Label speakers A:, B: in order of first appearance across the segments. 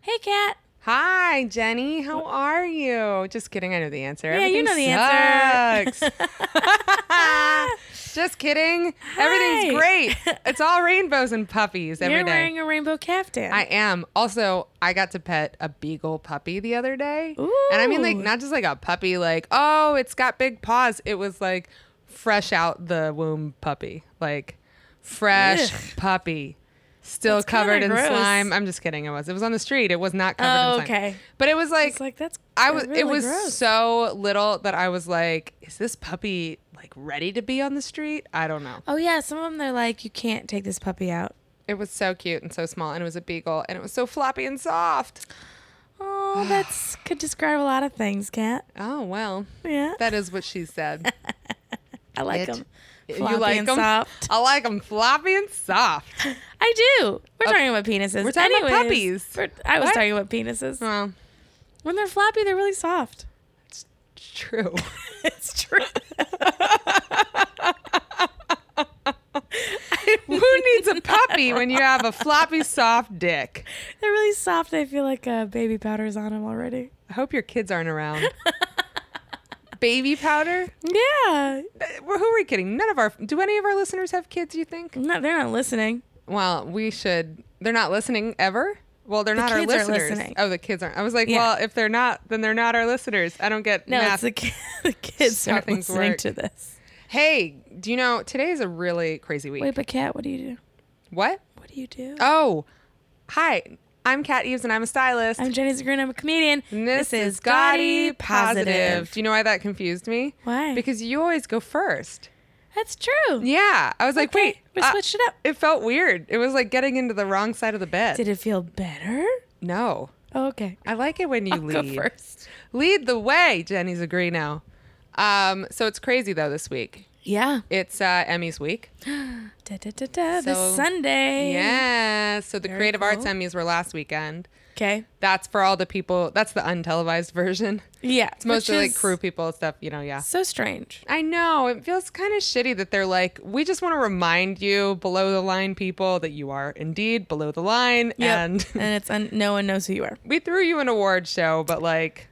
A: Hey, Kat.
B: Hi, Jenny. How are you? Just kidding. I know the answer.
A: Yeah, you know the
B: Everything
A: answer.
B: sucks. Just kidding.
A: Hi.
B: Everything's great. It's all rainbows and puppies every day.
A: You're wearing a rainbow caftan.
B: I am. Also, I got to pet a beagle puppy the other day. And I mean, like,
A: Ooh.
B: not just like a puppy, like, oh, it's got big paws. It was like fresh out the womb puppy. Like, fresh
A: Ugh.
B: puppy. Still
A: That's kinda
B: covered in
A: gross.
B: slime. I'm just kidding. It was. It was on the street. It was not covered
A: Oh,
B: in slime.
A: okay.
B: But it was like,
A: it's like that's
B: I was. it
A: really
B: was
A: gross.
B: so little that I was like, is this puppy like ready to be on the street? I don't know.
A: Oh yeah, some of them they're like you can't take this puppy out.
B: It was so cute and so small, and it was a beagle, and it was so floppy and soft.
A: Oh, that's could describe a lot of things, Kat.
B: Oh well,
A: Yeah,
B: that is what she said.
A: I like
B: it-
A: them. Floppy and
B: 'em?
A: soft.
B: I like them floppy and soft.
A: I do. We're talking about penises.
B: we're talking about
A: Anyways,
B: puppies.
A: we're- I was
B: What?
A: talking about penises.
B: Well,
A: When they're floppy, they're really soft.
B: it's true.
A: it's true.
B: Who needs a puppy when you have a floppy, soft dick?
A: They're really soft. I feel like uh, baby powder's on them already.
B: I hope your kids aren't around. Baby powder?
A: Yeah.
B: Uh, Who are we kidding? None of our. Do any of our listeners have kids? You think?
A: No, they're not listening.
B: Well, we should. They're not listening ever. Well, they're not our
A: kids are
B: listeners.
A: listening.
B: Oh, the kids aren't. I was like,
A: Yeah.
B: well, if they're not, then they're not our listeners. I don't get
A: No, it's
B: math.
A: the, ki- the kids
B: how
A: are
B: things
A: listening
B: work.
A: to this.
B: Hey, do you know today's a really crazy week?
A: Wait, but Kat, what do you do?
B: What?
A: What do you do?
B: Oh, hi. I'm Kat Eves and I'm a stylist.
A: I'm Jenny Zagreen. I'm a comedian.
B: and this, is Gaudy Positive. Do you know why that confused me?
A: Why?
B: Because you always go first.
A: That's true.
B: Yeah. I was like,
A: Okay,
B: wait.
A: we
B: uh,
A: switched it up.
B: it felt weird. It was like getting into the wrong side of the bed.
A: Did it feel better?
B: no.
A: Oh, okay.
B: I like it when you
A: I'll
B: lead.
A: go first.
B: Lead the way. Jenny's agree now. Um, so it's crazy though this week.
A: Yeah.
B: It's uh, Emmy's week.
A: Da, da, da, da,
B: So-
A: this Sunday.
B: Yeah. So the Creative Arts
A: cool.
B: Emmys were last weekend.
A: Okay.
B: That's for all the people. That's the untelevised version.
A: Yeah.
B: It's mostly
A: which
B: like
A: is
B: crew people and stuff, you know, yeah.
A: So strange.
B: I know. It feels kind of shitty that they're like, we just want to remind you, below the line people, that you are indeed below the line.
A: Yep.
B: And
A: and it's un- no one knows who you are.
B: we threw you an award show, but like,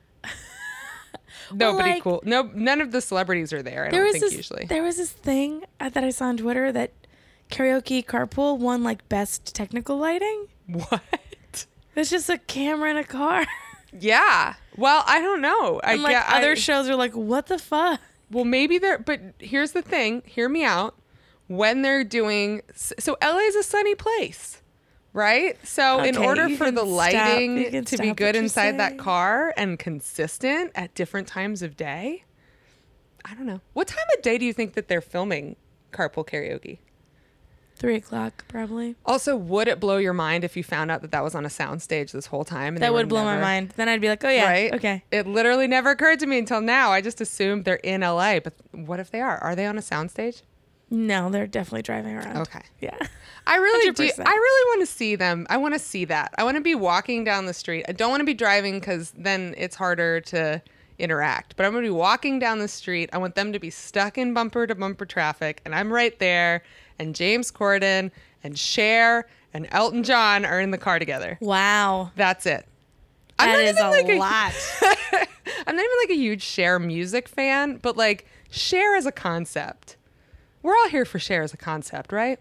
B: nobody
A: like-
B: cool. No, none of the celebrities are there. I
A: There
B: don't
A: was
B: think
A: this.
B: usually.
A: There was this thing uh, that I saw on Twitter that karaoke carpool won like best technical lighting.
B: What?
A: It's just a camera in a car.
B: Yeah. Well, I don't know. I
A: and like
B: get-
A: other
B: Uh, I-
A: shows are like, what the fuck?
B: Well, maybe they're, but here's the thing. Hear me out. When they're doing, so LA is a sunny place, right? So in
A: Okay,
B: order
A: you
B: for
A: can
B: the
A: stop- you
B: lighting
A: can
B: to
A: stop
B: be
A: what
B: good
A: you're
B: inside that
A: saying.
B: car and consistent at different times of day, I don't know. What time of day do you think that they're filming carpool karaoke?
A: Three o'clock probably.
B: Also, would it blow your mind if you found out that that was on a soundstage this whole time? and they
A: That
B: were
A: would blow my
B: never-
A: mind. Then I'd be like, oh yeah,
B: right?
A: okay.
B: It literally never occurred to me until now. I just assumed they're in LA, but what if they are? Are they on a soundstage?
A: No, they're definitely driving around.
B: Okay.
A: Yeah.
B: I really do.
A: 100%.
B: I really want to see them. I want to see that. I want to be walking down the street. I don't want to be driving because then it's harder to interact. But I'm going to be walking down the street. I want them to be stuck in bumper to bumper traffic, and I'm right there. And James Corden and Cher and Elton John are in the car together.
A: Wow.
B: That's it.
A: That is a
B: like
A: lot.
B: I'm not even like a huge Cher music fan, but like Cher as a concept. We're all here for Cher as a concept, right?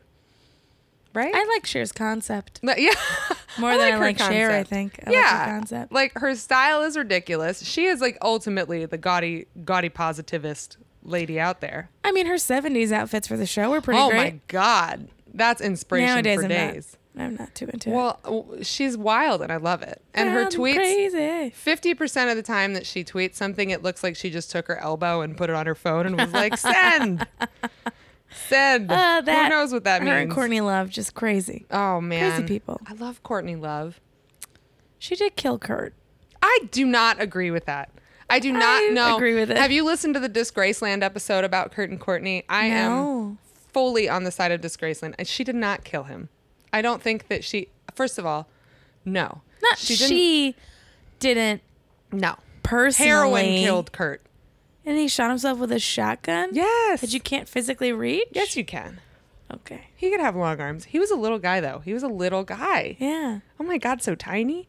B: Right?
A: I like Cher's concept
B: No, yeah.
A: more than I
B: her
A: like Cher. I
B: concept.
A: think. I
B: yeah.
A: Like her concept.
B: Like her style is ridiculous. She is like ultimately the gaudy, gaudy positivist lady out there.
A: I mean, her '70s outfits for the show were pretty
B: oh
A: great.
B: my god, that's inspiration
A: Nowadays,
B: for
A: I'm
B: days.
A: not. I'm not too into
B: Well, w- she's wild, and I love it.
A: it.
B: And her
A: I'm
B: tweets.
A: Crazy.
B: Fifty percent of the time that she tweets something, it looks like she just took her elbow and put it on her phone and was like, "Send, send."
A: Uh, that,
B: Who knows what that
A: her
B: means?
A: and Courtney Love just crazy.
B: oh man,
A: people.
B: I love Courtney Love.
A: She did kill Kurt.
B: I do not agree with that. I do not
A: I
B: know.
A: agree with it.
B: Have you listened to the Disgraceland episode about Kurt and Courtney? I am
A: No.
B: fully on the side of Disgraceland. And She did not kill him. I don't think that she. First of all, no,
A: Not she didn't,
B: No,
A: personally.
B: heroin killed Kurt.
A: And he shot himself with a shotgun?
B: Yes.
A: That you can't physically reach?
B: Yes, you can.
A: Okay.
B: He could have long arms. He was a little guy though. He was a little guy.
A: Yeah.
B: Oh my god, so tiny.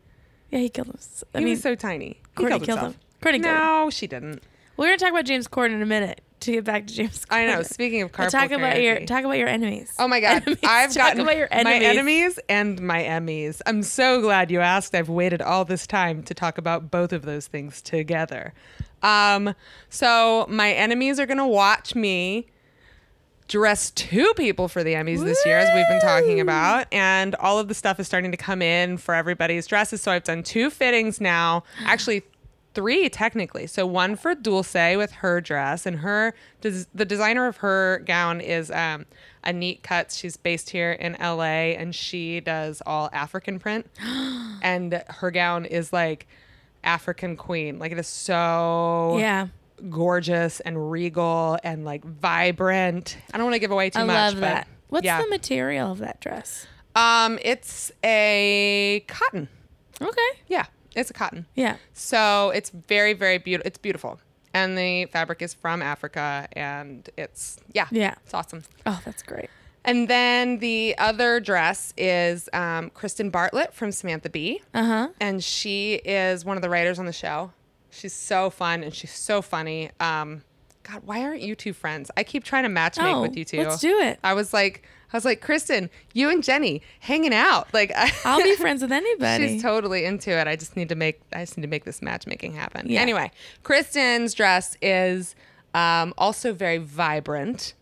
A: Yeah, he killed him. I
B: he
A: mean,
B: was so tiny. He
A: Courtney
B: killed,
A: killed
B: himself.
A: him. Courtney killed him.
B: No, she didn't.
A: We're gonna talk about James Corden in a minute to get back to James. Corden.
B: I know. Speaking of
A: But
B: carpool
A: talk about your
B: karaoke.
A: talk about your enemies.
B: Oh my god,
A: Enemies.
B: I've
A: talk
B: gotten
A: about your enemies.
B: my enemies and my Emmys. I'm so glad you asked. I've waited all this time to talk about both of those things together. Um, so my enemies are gonna watch me dress two people for the Emmys this year, as we've been talking about, and all of the stuff is starting to come in for everybody's dresses. So I've done two fittings now, actually. Three technically. So one for Dulce with her dress, and her des- the designer of her gown is um, a neat cuts. She's based here in LA, and she does all African print, and her gown is like African queen. Like it is so
A: Yeah,
B: gorgeous and regal and like vibrant. I don't want to give away too
A: I
B: much.
A: love
B: but
A: that. What's
B: yeah.
A: the material of that dress?
B: um? It's a cotton.
A: Okay.
B: Yeah, it's a cotton.
A: Yeah.
B: So it's very very beautiful. It's beautiful, and the fabric is from Africa, and it's yeah
A: Yeah.
B: it's awesome.
A: Oh, that's great.
B: And then the other dress is um, Kristen Bartlett from Samantha Bee.
A: Uh huh.
B: and she is one of the writers on the show. She's so fun and she's so funny. Um, God, why aren't you two friends? I keep trying to matchmake
A: Oh,
B: with you two.
A: let's do it.
B: I was like, I was like, Kristen, you and Jenny hanging out. Like, I,
A: I'll be friends with anybody.
B: She's totally into it. I just need to make I just need to make this matchmaking happen.
A: Yeah.
B: Anyway, Kristen's dress is um, also very vibrant.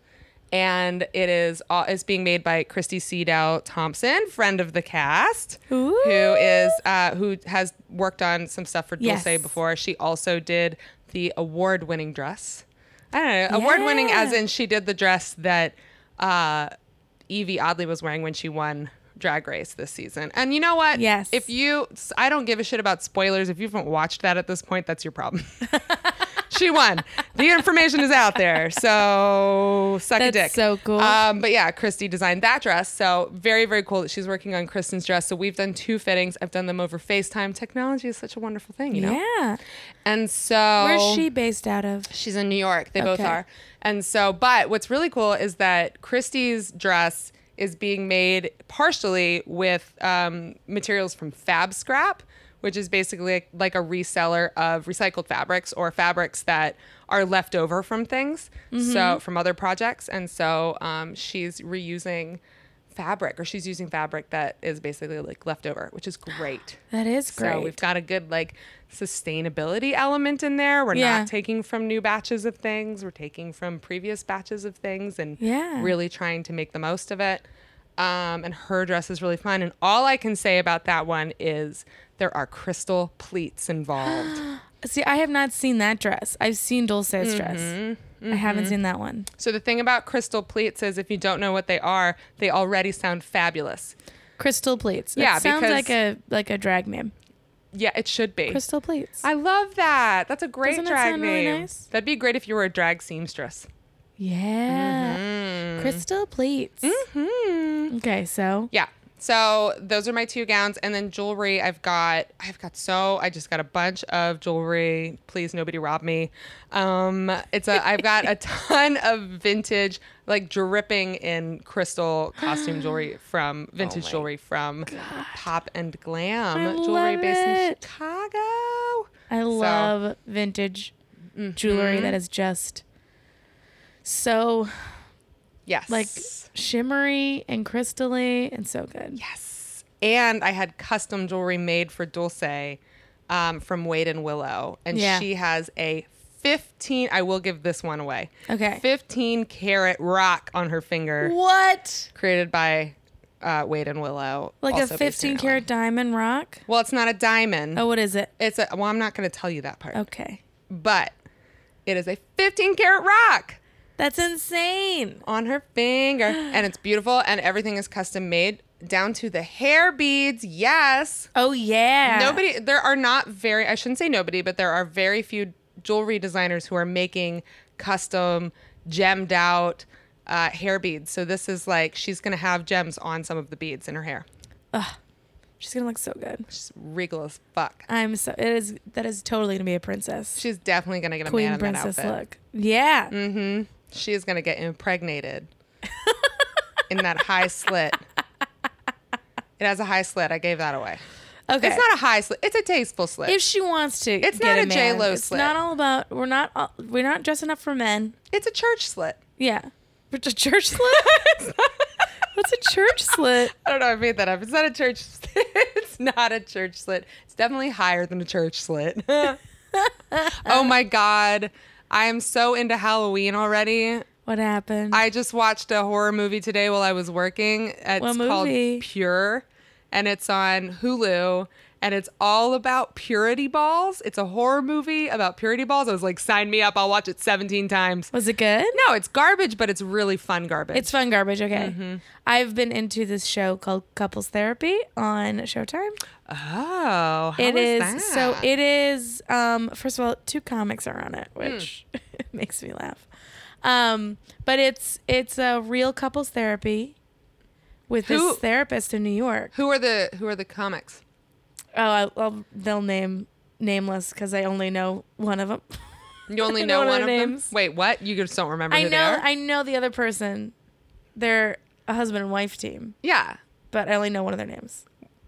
B: And it is all, it's being made by Christy Seedow Thompson, friend of the cast,
A: Ooh.
B: who is uh, who has worked on some stuff for Dulce
A: Yes.
B: before. She also did the award-winning dress. I don't know, award-winning as
A: Yeah.
B: in she did the dress that uh, Evie Oddly was wearing when she won Drag Race this season. And you know what?
A: Yes.
B: If you, I don't give a shit about spoilers. If you haven't watched that at this point, that's your problem. she won. The information is out there. So suck a
A: That's
B: dick.
A: so cool.
B: Um, but yeah, Christy designed that dress. So very, very cool that she's working on Kristen's dress. So we've done two fittings. I've done them over FaceTime. Technology is such a wonderful thing, you know?
A: Yeah.
B: And so.
A: Where's she based out of?
B: She's in New York. They both
A: Okay.
B: are. And so, but what's really cool is that Christie's dress is being made partially with um, materials from Fab Scrap, which is basically like a reseller of recycled fabrics or fabrics that are left over from things, so from other projects. And so um, she's reusing fabric or she's using fabric that is basically like left over, which is great.
A: That is great.
B: So we've got a good like sustainability element in there. We're
A: Yeah.
B: not taking from new batches of things. We're taking from previous batches of things and
A: Yeah.
B: really trying to make the most of it. Um, and her dress is really fun. And all I can say about that one is there are crystal pleats involved.
A: See, I have not seen that dress. I've seen Dulce's
B: Mm-hmm.
A: dress. I haven't seen that one.
B: so the thing about crystal pleats is if you don't know what they are, they already sound fabulous.
A: Crystal pleats. That
B: Yeah,
A: sounds
B: because-
A: like a like a drag name.
B: Yeah, it should be.
A: Crystal pleats.
B: I love that. That's a great
A: Doesn't it
B: drag
A: sound really
B: name.
A: nice?
B: That'd be great if you were a drag seamstress.
A: yeah.
B: Mm-hmm.
A: Crystal pleats. Okay, so
B: Yeah. So those are my two gowns, and then jewelry. I've got, I've got so, I just got a bunch of jewelry. Please, nobody rob me. Um, it's a, I've got a ton of vintage, like dripping in crystal costume jewelry from vintage jewelry from pop and glam
A: Oh I
B: jewelry
A: love
B: based in
A: it.
B: Chicago.
A: I love vintage
B: Mm-hmm.
A: jewelry that is just so
B: Yes.
A: like shimmery and crystally and so good.
B: Yes. And I had custom jewelry made for Dulce um, from Wade and Willow. And
A: Yeah.
B: she has a 15, I will give this one away.
A: Okay.
B: 15 carat rock on her finger
A: What?
B: created by uh, Wade and Willow.
A: Like
B: also
A: a
B: based here
A: 15
B: in LA.
A: karat diamond rock?
B: Well, it's not a diamond.
A: Oh, what is it?
B: It's a, well, I'm not going to tell you that part,
A: Okay.
B: but it is a 15 carat rock.
A: That's insane.
B: on her finger and it's beautiful and everything is custom made down to the hair beads yes
A: Oh yeah.
B: nobody there are not very i shouldn't say nobody but there are very few jewelry designers who are making custom gemmed out uh, hair beads so this is like she's gonna have gems on some of the beads in her hair
A: She's going to look so good.
B: she's regal as fuck
A: I'm so it is that is totally going to be a princess.
B: she's definitely gonna get a man
A: Queen
B: in
A: princess
B: that outfit Mm.
A: look. Yeah.
B: she is gonna get impregnated in that high slit it has a high slit i gave that away
A: Okay.
B: It's not a high slit. It's a tasteful slit.
A: if she wants to,
B: It's
A: get
B: not
A: a
B: a J.Lo
A: man, It's
B: slit.
A: not all about. We're not. All, we're not dressing up for men.
B: it's a church slit.
A: Yeah. But a church slit. What's a church slit?
B: I don't know. I made that up. It's not a church. slit. it's not a church slit. It's definitely higher than a church slit. oh my god, I am so into Halloween already.
A: What happened?
B: I just watched a horror movie today while I was working. It's
A: What
B: called
A: movie?
B: Pure, and it's on Hulu. And it's all about purity balls. It's a horror movie about purity balls. I was like, sign me up. I'll watch it 17 times.
A: was it good?
B: No, it's garbage, but it's really fun garbage.
A: It's fun garbage. Okay.
B: Mm-hmm.
A: I've been into this show called Couples Therapy on Showtime.
B: oh, how
A: It is
B: that? Hmm.
A: so. It is. Um. First of all, two comics are on it, which makes me laugh. Um. But it's it's a real couples therapy with
B: Who-
A: this therapist in New York.
B: Who are the who are the comics?
A: Oh, I, I'll, they'll name nameless because I only know one of them.
B: You only
A: I
B: know
A: don't know
B: one of
A: their
B: them.
A: names.
B: Wait, what? You just don't remember
A: I
B: who they
A: know.
B: are?
A: I know the other person. They're a husband and wife team,
B: yeah.
A: but I only know one of their names.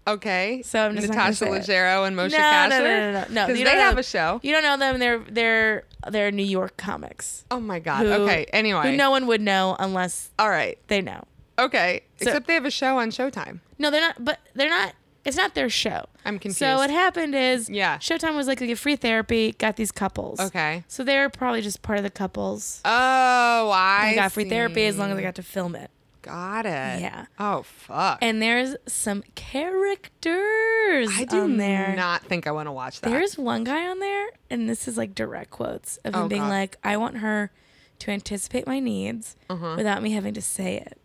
B: Okay.
A: So I'm just not gonna
B: Natasha
A: say it.
B: Leggero and Moshe
A: no,
B: Kasher.
A: no, no, no, no, no.
B: Because
A: You
B: they
A: don't know-
B: have a show.
A: You don't know them. They're they're they're New York comics.
B: Oh my god.
A: who-
B: okay. Anyway.
A: who no one would know unless
B: All right.
A: they know.
B: Okay.
A: So-
B: Except they have a show on Showtime.
A: No, they're not. But they're not. It's not their show.
B: I'm confused.
A: So what happened is,
B: Yeah.
A: Showtime was like, like a free therapy. Got these couples.
B: Okay.
A: So they're probably just part of the couples.
B: Oh, I
A: I got free therapy as long as I
B: see.
A: got to film it.
B: got it.
A: Yeah.
B: Oh fuck.
A: And there's some characters
B: I do
A: on there.
B: not think I want to watch that.
A: um, There's one guy on there, and this is like direct quotes of him
B: Oh,
A: being
B: God.
A: like, I want her to anticipate my needs
B: Uh-huh.
A: without me having to say it.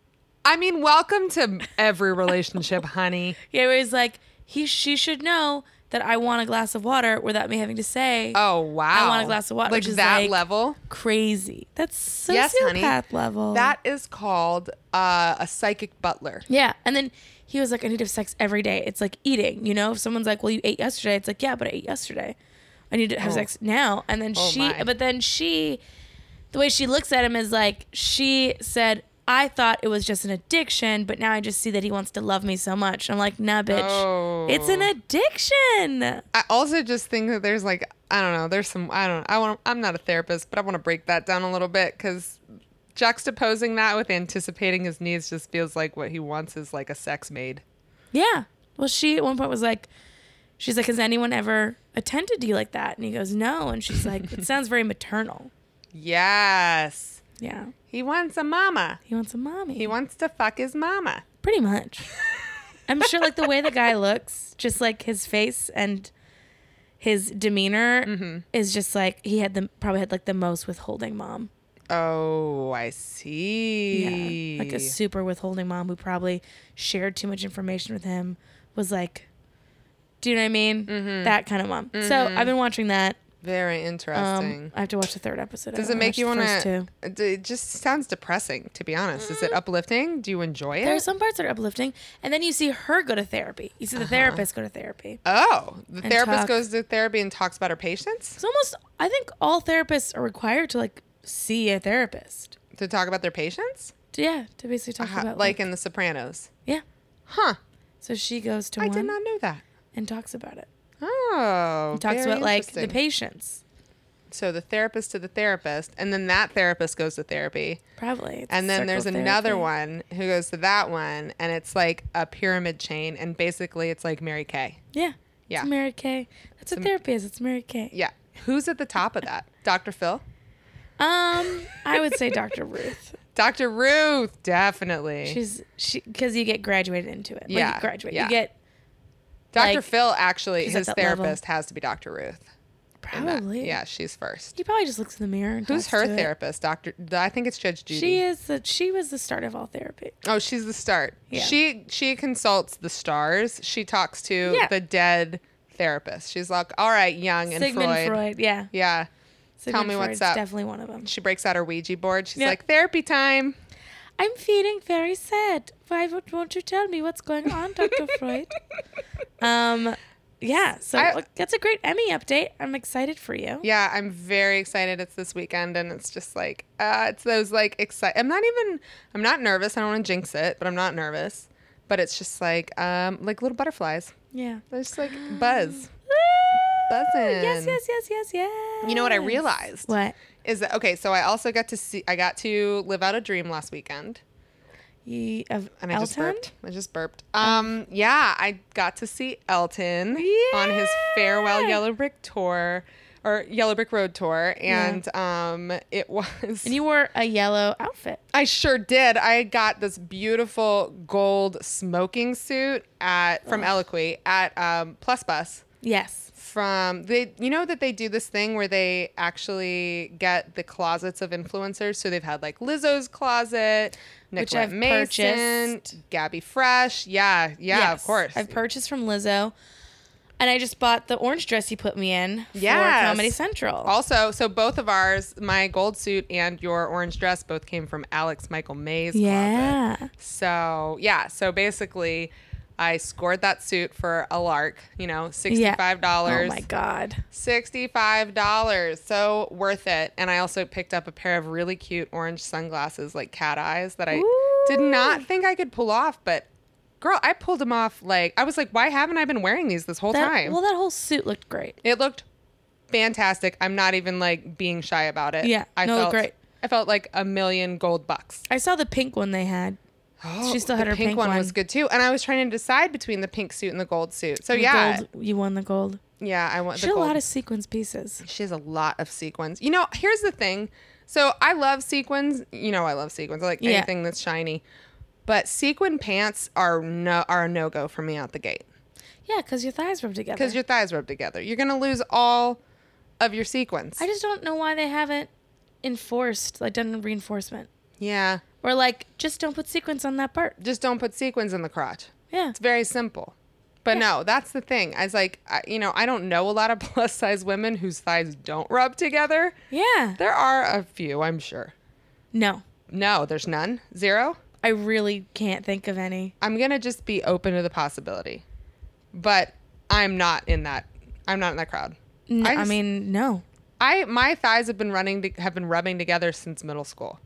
B: I mean, welcome to every relationship, honey.
A: Yeah, where he's like, he she should know that I want a glass of water without me having to say
B: Oh wow.
A: want a glass of water,
B: Like
A: which is
B: that
A: like-
B: level.
A: crazy. That's sociopath
B: Yes, honey.
A: level.
B: That is called uh, a psychic butler.
A: yeah. And then he was like, I need to have sex every day. It's like eating, you know? If someone's like, Well, you ate yesterday, it's like, Yeah, but I ate yesterday. I need to have
B: Oh.
A: sex now. And then
B: Oh,
A: she
B: my.
A: but then she the way she looks at him is like she said I thought it was just an addiction, but now I just see that he wants to love me so much. I'm like, nah, bitch.
B: Oh.
A: It's an addiction.
B: I also just think that there's like I don't know. There's some I don't. I want. I'm not a therapist, but I want to break that down a little bit because juxtaposing that with anticipating his needs just feels like what he wants is like a sex maid.
A: Yeah. Well, she at one point was like, she's like, has anyone ever attended to you like that? And he goes, no. And she's like, it sounds very maternal.
B: Yes,
A: Yeah.
B: he wants a mama.
A: He wants a mommy.
B: He wants to fuck his mama.
A: Pretty much. I'm sure, like, the way the guy looks, just like his face and his demeanor is just like, he had the probably had like the most withholding mom.
B: Oh, I
A: Yeah.
B: see.
A: Like a super withholding mom who probably shared too much information with him was like, do you know what I mean? That kind of mom. So I've been watching that.
B: Very interesting.
A: Um, I have to watch the third episode. I
B: Does
A: haven't
B: it make
A: watched
B: you
A: the
B: want
A: first
B: to?
A: two. Mm.
B: It just sounds depressing, to be honest. Is it uplifting? Do you enjoy it?
A: There are some parts that are uplifting, and then you see her go to therapy. You see
B: Uh-huh.
A: the therapist go to therapy.
B: Oh, the
A: And
B: therapist
A: talk.
B: goes to therapy and talks about her patients
A: It's almost. I think all therapists are required to like see a therapist.
B: to talk about their patients,
A: To, yeah, to basically talk
B: Ho-
A: about
B: Uh-huh, like in The Sopranos.
A: yeah.
B: Huh?
A: So she goes to
B: I
A: one
B: did not know that.
A: and talks about it.
B: Oh,
A: Talks
B: very
A: about like the
B: interesting.
A: patients.
B: so the therapist to the therapist, and then that therapist goes to therapy,
A: Probably. It's
B: and then
A: circle
B: there's another
A: therapy.
B: one who goes to that one, and it's like a pyramid chain, and basically it's like Mary Kay.
A: Yeah.
B: Yeah.
A: It's Mary Kay. That's what therapy is. It's Mary Kay.
B: Yeah, who's at the top of that? Dr. Phil,
A: Um, I would say Dr. Ruth.
B: Dr. Ruth, definitely.
A: She's she because you get graduated into it. Like
B: Yeah,
A: you graduate.
B: yeah.
A: You get
B: Dr.
A: like,
B: Phil actually,
A: she's at
B: his
A: that level. Oh,
B: therapist has to be Dr. Ruth. in that.
A: probably.
B: Yeah, she's first.
A: He probably just looks in the mirror. And
B: Who's
A: talks
B: her
A: to it.
B: therapist? Doctor, I think it's Judge Judy.
A: She is the she was the start of all therapy.
B: oh, she's the start.
A: Yeah.
B: She she consults the stars. She talks to
A: Yeah.
B: the dead therapist. She's like, all right, Young and
A: Sigmund
B: Freud.
A: Freud. yeah.
B: Yeah.
A: Sigmund
B: me what's
A: Freud's
B: up.
A: Definitely one of them.
B: She breaks out her Ouija board. She's
A: Yeah.
B: like, therapy time.
A: I'm feeling very sad. Why wo- won't you tell me what's going on, Dr. Freud? Um, yeah. So
B: I-
A: look, that's a great Emmy update. I'm excited for you.
B: Yeah, I'm very excited. It's this weekend, and it's just like, uh, it's those like excited. I'm not even. I'm not nervous. I don't want to jinx it, but I'm not nervous. But it's just like, um, like little butterflies.
A: Yeah.
B: They're just like buzz. Buzzing.
A: Yes, yes, yes, yes, yes.
B: You know what I realized
A: What?
B: is that okay? So I also got to see. I got to live out a dream last weekend,
A: You, of
B: and I
A: Elton?
B: just burped. I just burped. Um, yeah, I got to see Elton on his farewell
A: Yeah.
B: Yellow Brick tour or Yellow Brick Road tour, and um, it was.
A: And you wore a yellow outfit.
B: I sure did. I got this beautiful gold smoking suit at from Eloquy at um, Plus Bus.
A: Yes.
B: From they, you know that they do this thing where they actually get the closets of influencers. So they've had like Lizzo's closet,
A: Which
B: Nicolette
A: I've
B: Mason,
A: purchased.
B: Gabby Fresh. Yeah, yeah,
A: Yes.
B: of course.
A: I've purchased from Lizzo. And I just bought the orange dress you put me in for
B: Yes.
A: Comedy Central.
B: also, so both of ours, my gold suit and your orange dress, both came from Alex Michael May's closet.
A: yeah.
B: So yeah, so basically, I scored that suit for a lark. You know,
A: Yeah.
B: sixty-five dollars.
A: Oh my god.
B: Sixty-five dollars. So worth it. And I also picked up a pair of really cute orange sunglasses, like cat eyes, that I did not think I could pull off, but. Girl, I pulled them off. Like I was like, why haven't I been wearing these this whole
A: That,
B: time?
A: Well, that whole suit looked great.
B: it looked fantastic. I'm not even like being shy about it.
A: Yeah.
B: I
A: No, it
B: felt
A: looked great.
B: I felt like a million gold bucks.
A: I saw the pink one they had.
B: Oh,
A: She still
B: the
A: had her
B: pink,
A: pink
B: one,
A: one.
B: was good too. And I was trying to decide between the pink suit and the gold suit. So
A: The
B: yeah,
A: gold- you won the gold.
B: yeah, I want
A: She
B: the
A: had a
B: gold.
A: lot of sequence pieces.
B: she has a lot of sequins. You know, here's the thing. So I love sequins. You know, I love sequins. I like
A: Yeah.
B: anything that's shiny. But sequin pants are no are a no go for me out the gate
A: Yeah, because your thighs rub together.
B: because your thighs rub together. You're gonna lose all of your sequins.
A: I just don't know why they haven't enforced, like done reinforcement.
B: yeah,
A: Or like, just don't put sequence on that part.
B: just don't put sequins in the crotch.
A: Yeah.
B: It's very simple. But no, that's the thing. I was like, I, you know, I don't know a lot of plus size women whose thighs don't rub together.
A: Yeah.
B: There are a few, I'm sure.
A: No.
B: No, there's none. Zero.
A: I really can't think of any.
B: I'm going to just be open to the possibility. But I'm not in that. I'm not in that crowd.
A: N- I
B: just-
A: mean, no.
B: I my thighs have been running to, have been rubbing together since middle school.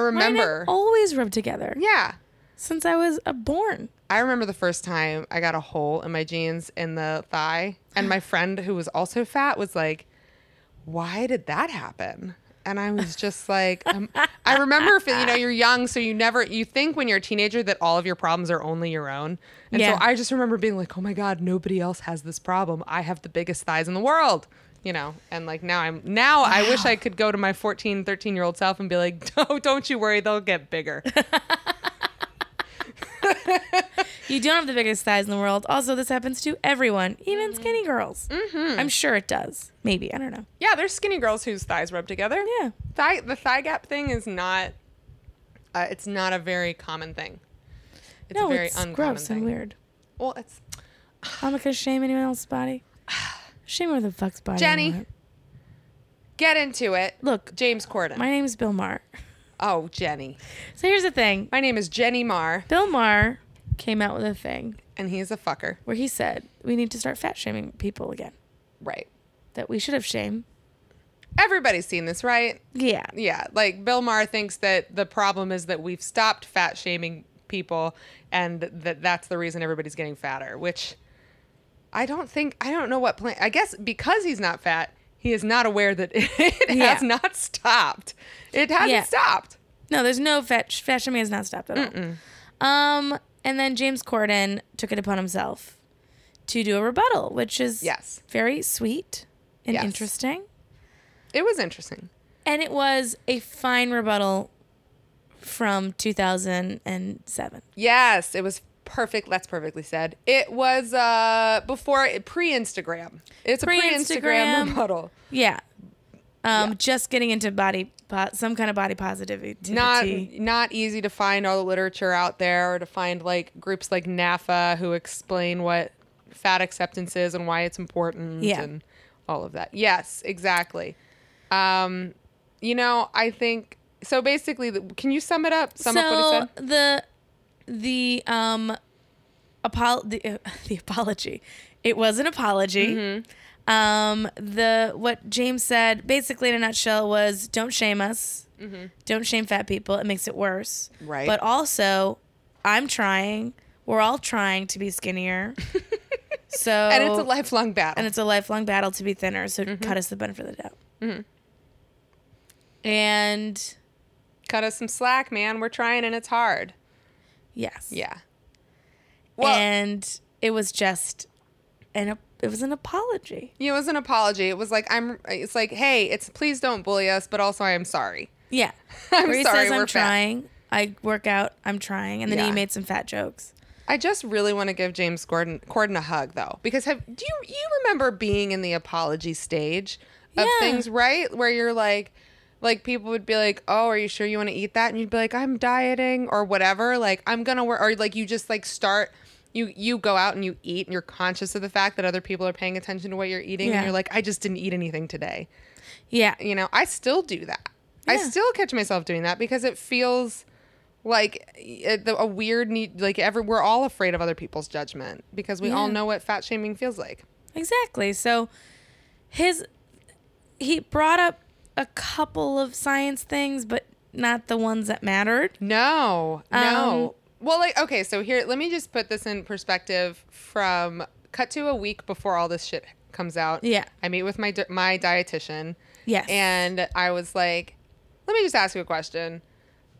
A: Mine have
B: remember.
A: always rubbed together
B: Yeah.
A: since I was uh, born.
B: I remember the first time I got a hole in my jeans in the thigh, and my friend who was also fat was like, "Why did that happen?" And I was just like, um, I remember, fe- you know, you're young, so you never you think when you're a teenager that all of your problems are only your own, and
A: Yeah.
B: so I just remember being like, "Oh my god, nobody else has this problem. I have the biggest thighs in the world." You know, and like now I'm now I wish I could go to my 14, 13 year old self and be like, "No, don't you worry, they'll get bigger."
A: You don't have the biggest thighs in the world. Also, this happens to everyone, even skinny girls. Mm-hmm. I'm sure it does. Maybe. I don't know.
B: yeah, there's skinny girls whose thighs rub together.
A: Yeah.
B: thigh the thigh gap thing is not uh, it's not a very common thing it's
A: no,
B: a very
A: it's
B: uncommon
A: gross
B: thing
A: and weird.
B: well it's
A: I'm not going to shame anyone else's body. Shame where the fuck's body. I
B: Jenny.
A: want.
B: get into it
A: Look,
B: james corden
A: my name's Bill Maher.
B: oh jenny
A: So here's the thing
B: my name is jenny marr
A: Bill Maher came out with a thing
B: and he's a fucker
A: where he said we need to start fat shaming people again,
B: right
A: that we should have shame.
B: everybody's seen this right
A: Yeah.
B: yeah like bill maher thinks that the problem is that we've stopped fat shaming people and that that's the reason everybody's getting fatter which i don't think i don't know what plan i guess because he's not fat he is not aware that it
A: Yeah.
B: has not stopped it hasn't
A: Yeah.
B: stopped
A: No, there's no fat, fat shaming has not stopped at all. Um, and then James Corden took it upon himself to do a rebuttal, which is
B: Yes.
A: very sweet and
B: Yes.
A: interesting.
B: it was interesting
A: And it was a fine rebuttal from 2007.
B: yes it was perfect that's perfectly said it was uh before pre-instagram it's a
A: Pre-Instagram.
B: pre-instagram rebuttal
A: Yeah. Um, Just getting into body, po- some kind of body positivity.
B: not not easy to find all the literature out there or to find like groups like NAFA who explain what fat acceptance is and why it's important
A: Yeah.
B: and all of that. Yes, exactly. Um, you know, I think so basically the, can you sum it up? Sum up what he
A: so
B: said?
A: the the um apol the, uh, the apology it was an apology
B: Mm-hmm.
A: um the what james said basically in a nutshell was don't shame us
B: Mm-hmm.
A: don't shame fat people it makes it worse
B: Right.
A: but also i'm trying We're all trying to be skinnier. so
B: and it's a Mm-hmm. lifelong battle.
A: and it's a lifelong battle to be thinner. So cut us the benefit of the doubt.
B: Mm-hmm.
A: And
B: Cut us some slack, man. We're trying and it's hard.
A: yes,
B: Yeah. Well,
A: and it was just an it was an apology.
B: it was an apology. It was like I'm. It's like, hey, it's please don't bully us, but also I am sorry.
A: Yeah,
B: I'm
A: Where he
B: sorry,
A: says I'm
B: we're fat."
A: trying. I work out. I'm trying, and then
B: Yeah.
A: he made some fat jokes.
B: I just really want to give James Gordon Gordon a hug though, because have do you you remember being in the apology stage of
A: Yeah.
B: things, right? Where you're like, like people would be like, "Oh, are you sure you want to eat that?" And you'd be like, "I'm dieting" or whatever. Like I'm gonna work, or like you just like start. You, you go out and you eat and you're conscious of the fact that other people are paying attention to what you're eating
A: Yeah.
B: and you're like I just didn't eat anything today
A: Yeah,
B: you know i still do that i
A: Yeah.
B: still catch myself doing that because it feels like a, a weird need like every we're all afraid of other people's judgment because we all
A: Yeah.
B: know what fat shaming feels like
A: exactly. So his he brought up a couple of science things, but not the ones that mattered.
B: no
A: Um,
B: no well like okay so here let me just put this in perspective from cut to a week before all this shit comes out
A: Yeah.
B: i meet with my di- my dietitian
A: Yes.
B: and I was like, let me just ask you a question.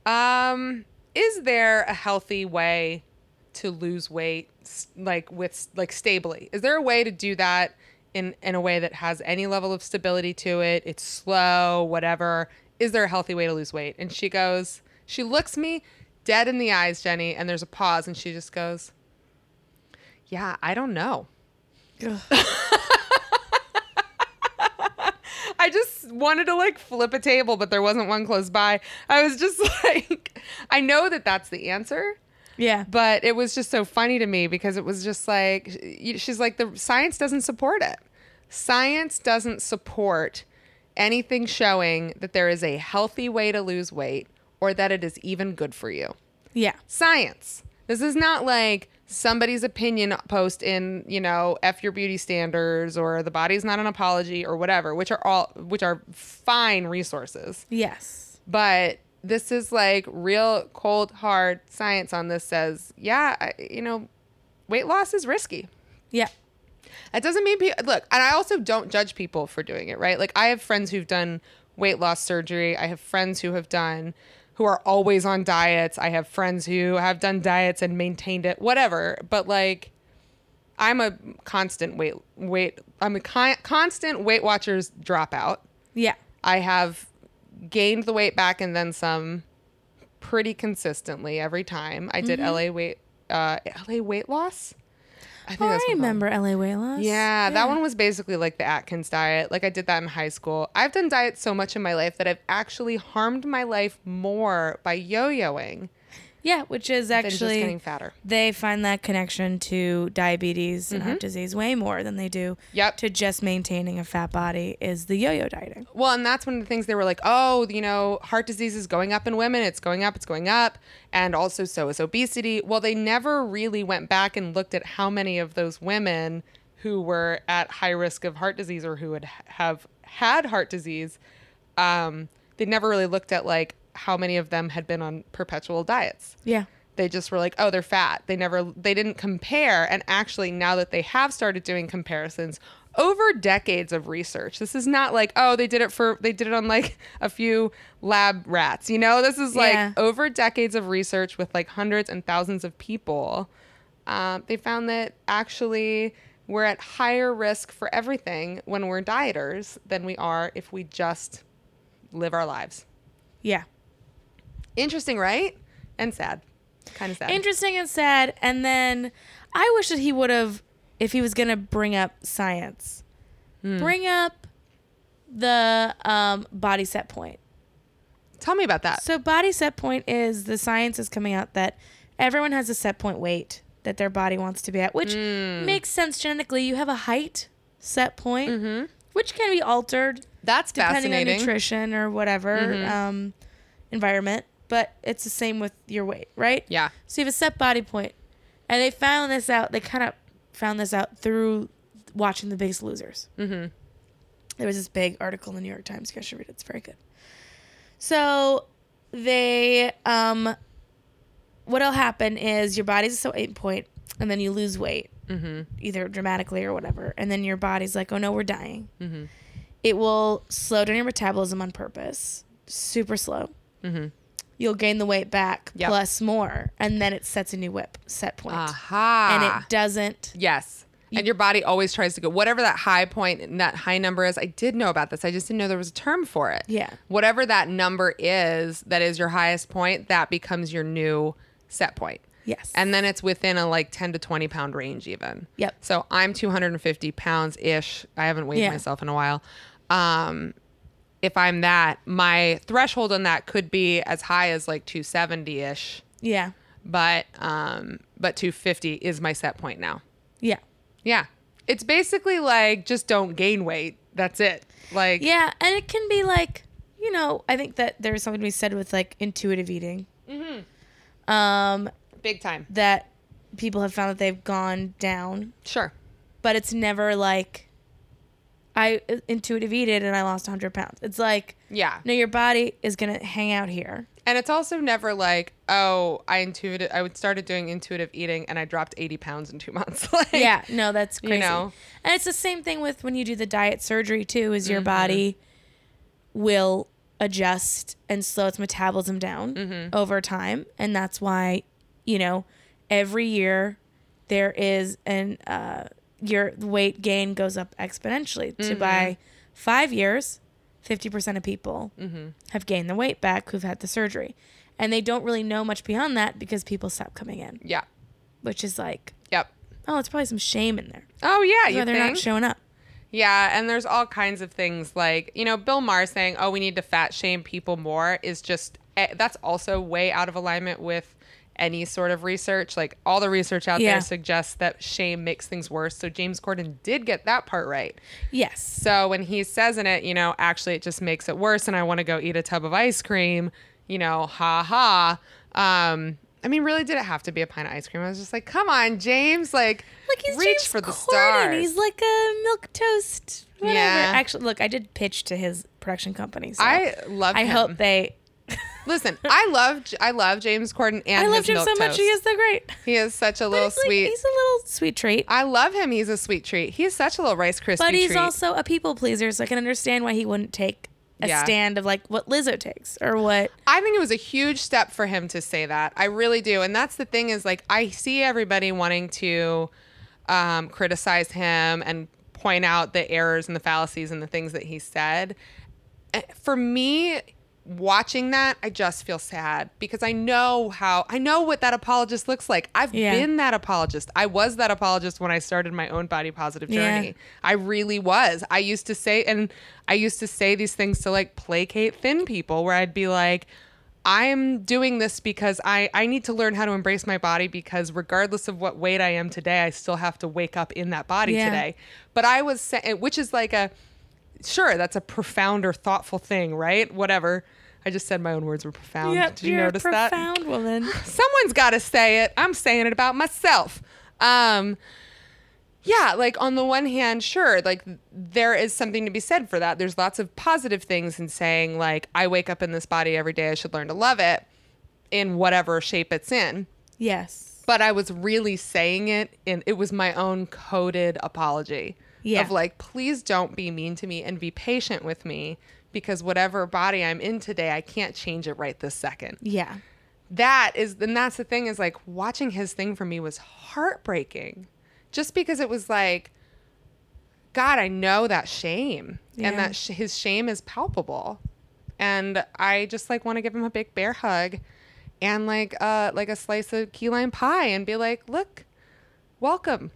B: Um, is there a healthy way to lose weight s- like with like stably? Is there a way to do that in in a way that has any level of stability to it? It's slow, whatever. Is there a healthy way to lose weight? And she goes, she looks me dead in the eyes, Jenny, and there's a pause and she just goes, "Yeah, I don't know."
A: Ugh.
B: I just wanted to like flip a table, but there wasn't one close by. I was just like, I know that that's the answer,
A: yeah.
B: but it was just so funny to me because it was just like, sh- she's like, the science doesn't support it. Science doesn't support anything showing that there is a healthy way to lose weight or that it is even good for you
A: Yeah.
B: science. This is not like somebody's opinion post in, you know, F your beauty standards or the body's not an apology or whatever, which are all which are fine resources.
A: Yes.
B: But this is like real cold hard science on this says, yeah, I, you know, weight loss is risky.
A: Yeah.
B: That doesn't mean people look, and I also don't judge people for doing it, right? Like I have friends who've done weight loss surgery. I have friends who have done who are always on diets. I have friends who have done diets and maintained it, whatever. But like I'm a constant weight weight I'm a con- constant weight watchers dropout.
A: Yeah.
B: I have gained the weight back and then some pretty consistently every time. I
A: Mm-hmm.
B: did LA weight uh LA weight loss. I think
A: Oh, I
B: that's what it's called.
A: remember LA Waylas.
B: Yeah, that one was basically like the Atkins diet. Like I did that in high school. I've done diets so much in my life that I've actually harmed my life more by yo-yoing
A: Yeah, which is
B: than just getting
A: actually
B: fatter.
A: they find that connection to diabetes and heart disease way more than they do
B: Yep.
A: to just maintaining a fat body is the yo-yo dieting.
B: Well, and that's one of the things they were like, oh, you know, heart disease is going up in women. It's going up. It's going up. And also, so is obesity. Well, they never really went back and looked at how many of those women who were at high risk of heart disease or who would h- have had heart disease, um, they never really looked at like how many of them had been on perpetual diets
A: Yeah.
B: they just were like oh they're fat they never they didn't compare and actually now that they have started doing comparisons over decades of research this is not like oh they did it for they did it on like a few lab rats you know this is like
A: Yeah.
B: over decades of research with like hundreds and thousands of people um, they found that actually we're at higher risk for everything when we're dieters than we are if we just live our lives
A: Yeah.
B: interesting right and sad kind of sad
A: Interesting and sad. And then I wish that he would have, if he was going to bring up science, bring up the um, body set point.
B: Tell me about that.
A: So body set point is the science is coming out that everyone has a set point weight that their body wants to be at, which makes sense genetically. You have a height set point, which can be altered
B: That's
A: depending on
B: fascinating.
A: nutrition or whatever um, environment. But it's the same with your weight, right?
B: yeah.
A: So you have a set body point, and they found this out. They kind of found this out through watching The Biggest Losers. Mm-hmm. There was this big article in the New York Times. You guys should read it. It's very good. So they um, what'll happen is your body's so eight point, and then you lose weight, either dramatically or whatever, and then your body's like, oh no, we're dying. It will slow down your metabolism on purpose, super slow. You'll gain the weight back
B: Yep.
A: plus more, and then it sets a new whip set point,
B: Aha.
A: and it doesn't.
B: Yes. And your body always tries to go whatever that high point and that high number is. I did know about this. I just didn't know there was a term for it.
A: Yeah.
B: Whatever that number is that is your highest point, that becomes your new set point.
A: Yes.
B: And then it's within a like 10 to 20 pound range even.
A: Yep.
B: So I'm 250 pounds ish. I haven't weighed
A: Yeah.
B: myself in a while. Um if I'm that, my threshold on that could be as high as like 270 ish,
A: yeah.
B: but um but 250 is my set point now.
A: Yeah.
B: Yeah. It's basically like just don't gain weight. That's it. Like
A: Yeah, and it can be like, you know, I think that there's something to be said with like intuitive eating.
B: Mm-hmm.
A: Um,
B: big time.
A: that people have found that they've gone down,
B: Sure.
A: but it's never like I uh, intuitive eated and I lost 100 pounds. It's like,
B: Yeah.
A: no, your body is gonna hang out here.
B: And it's also never like, oh, I intuitive I would started doing intuitive eating and I dropped 80 pounds in 2 months. like
A: Yeah, no, that's crazy.
B: know?
A: And it's the same thing with when you do the diet surgery too. Is your body will adjust and slow its metabolism down over time, and that's why you know every year there is an uh, your weight gain goes up exponentially. To by five years, fifty percent of people have gained the weight back who've had the surgery. And they don't really know much beyond that because people stop coming in,
B: Yeah.
A: which is like,
B: Yep.
A: oh, it's probably some shame in there
B: Oh yeah, you
A: why they're
B: think?
A: not showing up.
B: yeah, and there's all kinds of things like, you know, Bill Maher saying, "Oh, we need to fat shame people more" is just eh, that's also way out of alignment with any sort of research. Like all the research out
A: Yeah.
B: there suggests that shame makes things worse. So James Corden did get that part right.
A: Yes.
B: So when he says in it, you know, actually it just makes it worse and I want to go eat a tub of ice cream, you know, ha ha. Um, I mean, really, did it have to be a pint of ice cream? I was just like, come on, James, like,
A: Like he's
B: reach
A: James
B: for the
A: Corden.
B: stars.
A: He's like a milk toast. Whatever.
B: Yeah.
A: Actually, look, I did pitch to his production company. So
B: I love
A: I
B: him.
A: hope they.
B: Listen, I love I love James Corden and
A: I
B: his
A: loved him so
B: milk
A: much. He
B: toast.
A: is so great.
B: He is such a
A: But
B: little
A: it's like-
B: sweet.
A: he's a little sweet treat.
B: I love him. He's a sweet treat. He's such a little Rice Krispie
A: but he's
B: treat.
A: also a people pleaser, so I can understand why he wouldn't take a
B: Yeah.
A: stand of like what Lizzo takes or what.
B: I think it was a huge step for him to say that. I really do. And that's the thing is like I see everybody wanting to um, criticize him and point out the errors and the fallacies and the things that he said. Eh, For me, watching that, I just feel sad because I know how I know what that apologist looks like. I've
A: Yeah.
B: been that apologist. I was that apologist when I started my own body positive
A: Yeah.
B: journey. I really was. I used to say, and I used to say these things to like placate thin people, where I'd be like, I'm doing this because I, I need to learn how to embrace my body because regardless of what weight I am today, I still have to wake up in that body
A: Yeah.
B: today. But I was saying, which is like a, sure, that's a profound or thoughtful thing, right? Whatever. I just said my own words were profound. Um, Did you
A: you're
B: notice
A: a
B: that?
A: profound woman.
B: someone's got to say it. I'm saying it about myself. Um, yeah, like on the one hand, sure, like there is something to be said for that. There's lots of positive things in saying, like, I wake up in this body every day. I should learn to love it in whatever shape it's in.
A: Yes.
B: But I was really saying it, and it was my own coded apology
A: Yeah.
B: of like, please don't be mean to me and be patient with me because whatever body I'm in today, I can't change it right this second
A: Yeah.
B: that is and that's the thing is like watching his thing for me was heartbreaking just because it was like god i know that shame
A: Yeah.
B: and that sh- his shame is palpable and i just like want to give him a big bear hug and like uh like a slice of key lime pie and be like look welcome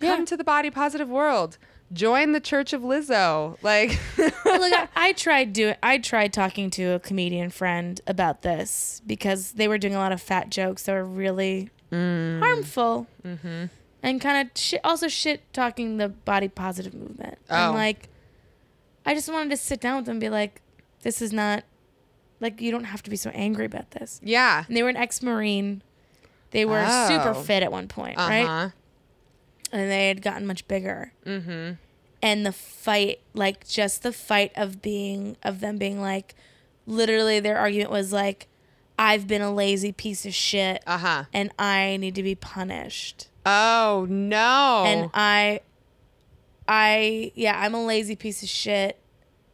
A: Yeah.
B: come to the body positive world join the church of lizzo like
A: Look, I, I tried doing. I tried talking to a comedian friend about this because they were doing a lot of fat jokes that were really
B: Mm.
A: harmful
B: Mm-hmm.
A: and kind of shi also shit talking the body positive movement. And
B: Oh.
A: like, I just wanted to sit down with them and be like, "This is not like you don't have to be so angry about this."
B: yeah
A: And they were an ex-marine. They were super
B: Oh.
A: fit at one point,
B: uh-huh
A: right? and they had gotten much bigger. Mm-hmm. And the fight, like just the fight of being of them being like, literally, their argument was like, I've been a lazy piece of shit
B: Uh huh.
A: and I need to be punished.
B: Oh no.
A: And I I yeah, I'm a lazy piece of shit.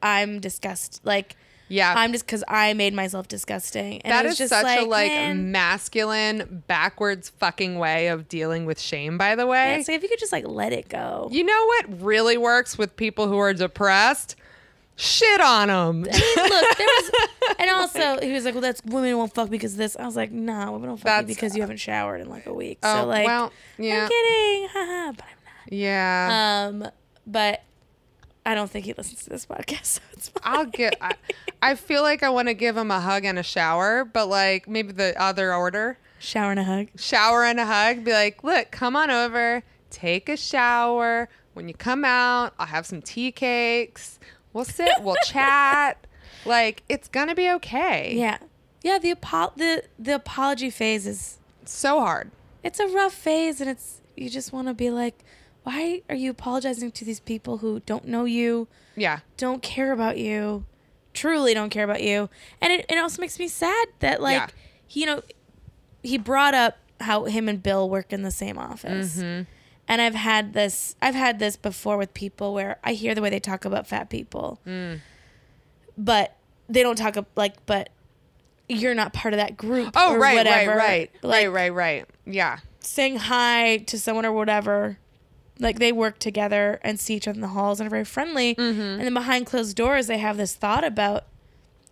A: I'm disgust like
B: yeah.
A: I'm just cuz I made myself disgusting. And
B: that
A: it was just
B: is such
A: like,
B: a like
A: man,
B: masculine, backwards fucking way of dealing with shame. By the way,
A: it's like if you could just like let it go.
B: you know what really works with people who are depressed? Shit on them.
A: I mean, look, there was, and also he was like, "Well, that's women won't fuck because of this." I was like, "Nah, women don't fuck you
B: That's-
A: because you haven't showered in like a week."
B: Oh
A: so like,
B: well, yeah,
A: I'm kidding, haha, but I'm
B: yeah.
A: not. Um, but I don't think he listens to this podcast, so it's fine.
B: I'll get. I, I feel like I want to give him a hug and a shower, but like maybe the other order,
A: shower and a hug.
B: shower and a hug. Be like, look, come on over, take a shower. When you come out, I'll have some tea cakes. We'll sit, we'll chat. Like it's gonna be okay.
A: Yeah, yeah. The apo- the the apology phase is
B: It's so hard.
A: it's a rough phase, and it's you just want to be like, "Why are you apologizing to these people who don't know you?"
B: Yeah.
A: don't care about you, truly don't care about you. And it, it also makes me sad that like
B: Yeah.
A: he, you know, he brought up how him and Bill work in the same office.
B: Mm-hmm.
A: And I've had this I've had this before with people where I hear the way they talk about fat people.
B: Mm.
A: But they don't talk ab- like but you're not part of that group.
B: Oh
A: or
B: right,
A: whatever.
B: right, right,
A: Like,
B: right, right, right. Yeah.
A: saying hi to someone or whatever. Like they work together and see each other in the halls and are very friendly. And then behind closed doors, they have this thought about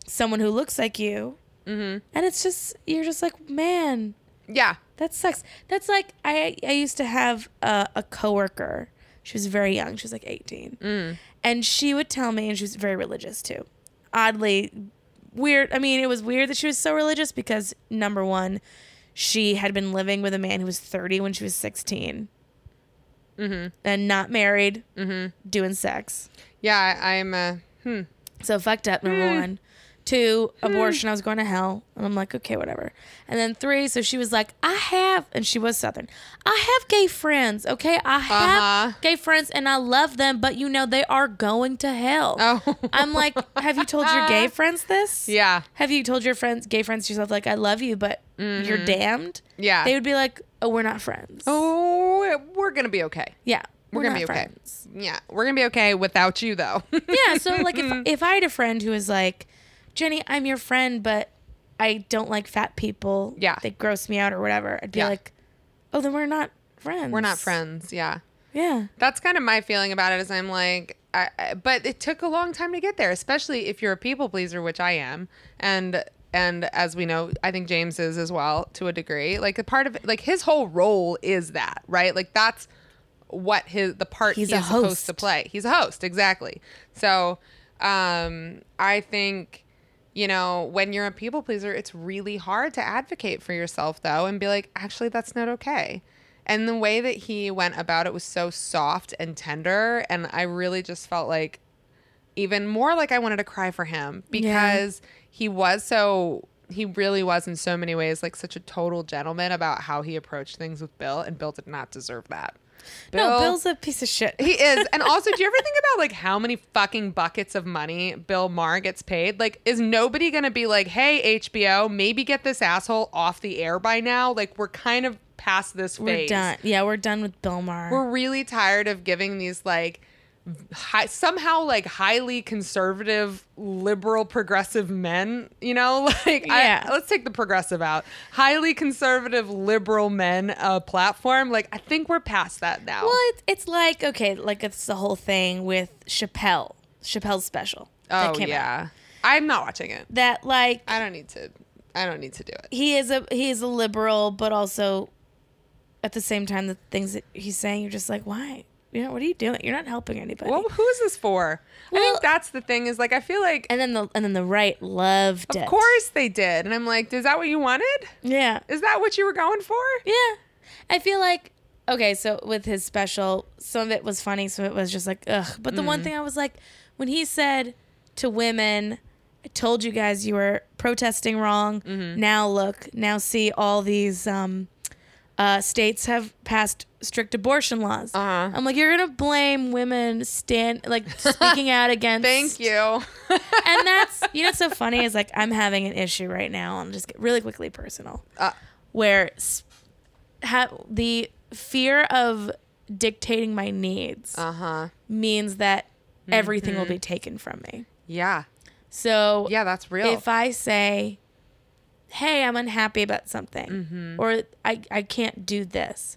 A: someone who looks like you. Mm-hmm. And it's just, you're just like, man,
B: Yeah.
A: that sucks. That's like, I, I used to have a, a coworker. She was very young. She was like 18. And she would tell me, and she was very religious too. Oddly weird. I mean, it was weird that she was so religious because, number one, she had been living with a man who was 30 when she was 16 and not married, doing sex.
B: Yeah. I, I'm a. Hmm.
A: So fucked up, number one. Two, abortion, I was going to hell. And I'm like, okay, whatever. And then three, so she was like, I have, and she was Southern, I have gay friends, okay? I have
B: Uh-huh.
A: gay friends and I love them, but you know, they are going to hell.
B: Oh.
A: I'm like, have you told your gay friends this?
B: Yeah.
A: Have you told your friends, gay friends to yourself, like, I love you, but you're damned?
B: Mm-hmm. Yeah.
A: They would be like, oh, we're not friends.
B: oh, we're gonna be okay.
A: yeah.
B: We're, gonna be
A: not
B: okay.
A: friends.
B: Yeah, we're gonna be okay without you though.
A: yeah so like if, if i had a friend who was like jenny i'm your friend but i don't like fat people
B: Yeah.
A: they gross me out or whatever i'd be
B: Yeah.
A: like oh then we're not friends
B: we're not friends. Yeah,
A: yeah
B: that's kind of my feeling about it. Is I'm like, I, I, but it took a long time to get there, especially if you're a people pleaser, which I am, and and as we know, I think James is as well to a degree. Like a part of like his whole role is that right? Like that's what his the part
A: He's
B: he's
A: a
B: supposed to
A: host.
B: play. He's a host, exactly. So um, I think you know when you're a people pleaser, it's really hard to advocate for yourself though, and be like, actually, that's not okay. And the way that he went about it was so soft and tender, and I really just felt like even more like I wanted to cry for him because he was so he really was in so many ways like such a total gentleman about how he approached things with Bill and Bill did not deserve that.
A: no bill's a piece of shit
B: He is. And also, do you ever think about like how many fucking buckets of money Bill Maher gets paid? Like, is nobody going to be like, hey, HBO, maybe get this asshole off the air by now? Like, we're kind of past this
A: we're
B: phase.
A: done yeah we're done with bill maher
B: We're really tired of giving these like hi- somehow like highly conservative, liberal, progressive men. You know, like I-
A: Yeah.
B: let's take the progressive out. Highly conservative, liberal men uh, platform. Like, I think we're past that now.
A: well it's, it's like okay like it's the whole thing with chappelle chappelle's special
B: Oh
A: that came out.
B: yeah, I'm not watching it.
A: that like
B: I don't need to. I don't need to do it.
A: he is a he is a liberal, but also at the same time, the things that he's saying, you're just like, why? You know, what are you doing? You're not helping anybody.
B: Well, who is this for? I
A: Well-
B: think that's the thing. Is like I feel like,
A: and then the and then the right loved it.
B: of course they did, and I'm like, is that what you wanted?
A: yeah,
B: Is that what you were going for?
A: yeah. I feel like okay, so with his special, some of it was funny, some of it was just like ugh. But the
B: Mm.
A: one thing I was like, when he said to women. I told you guys
B: Mm-hmm.
A: you were protesting wrong. Now look, now see all these um, uh, states have passed strict abortion laws.
B: Uh-huh.
A: I'm like, you're gonna blame women stand like speaking out against.
B: Thank you.
A: And that's you know what's so funny is like I'm having an issue right now. I'm just get really quickly personal,
B: Uh.
A: where s- ha- the fear of dictating my needs
B: Uh huh.
A: means that everything will be taken from me.
B: Yeah.
A: So
B: Yeah, that's real.
A: if I say, "Hey, I'm unhappy about something," or I I can't do this,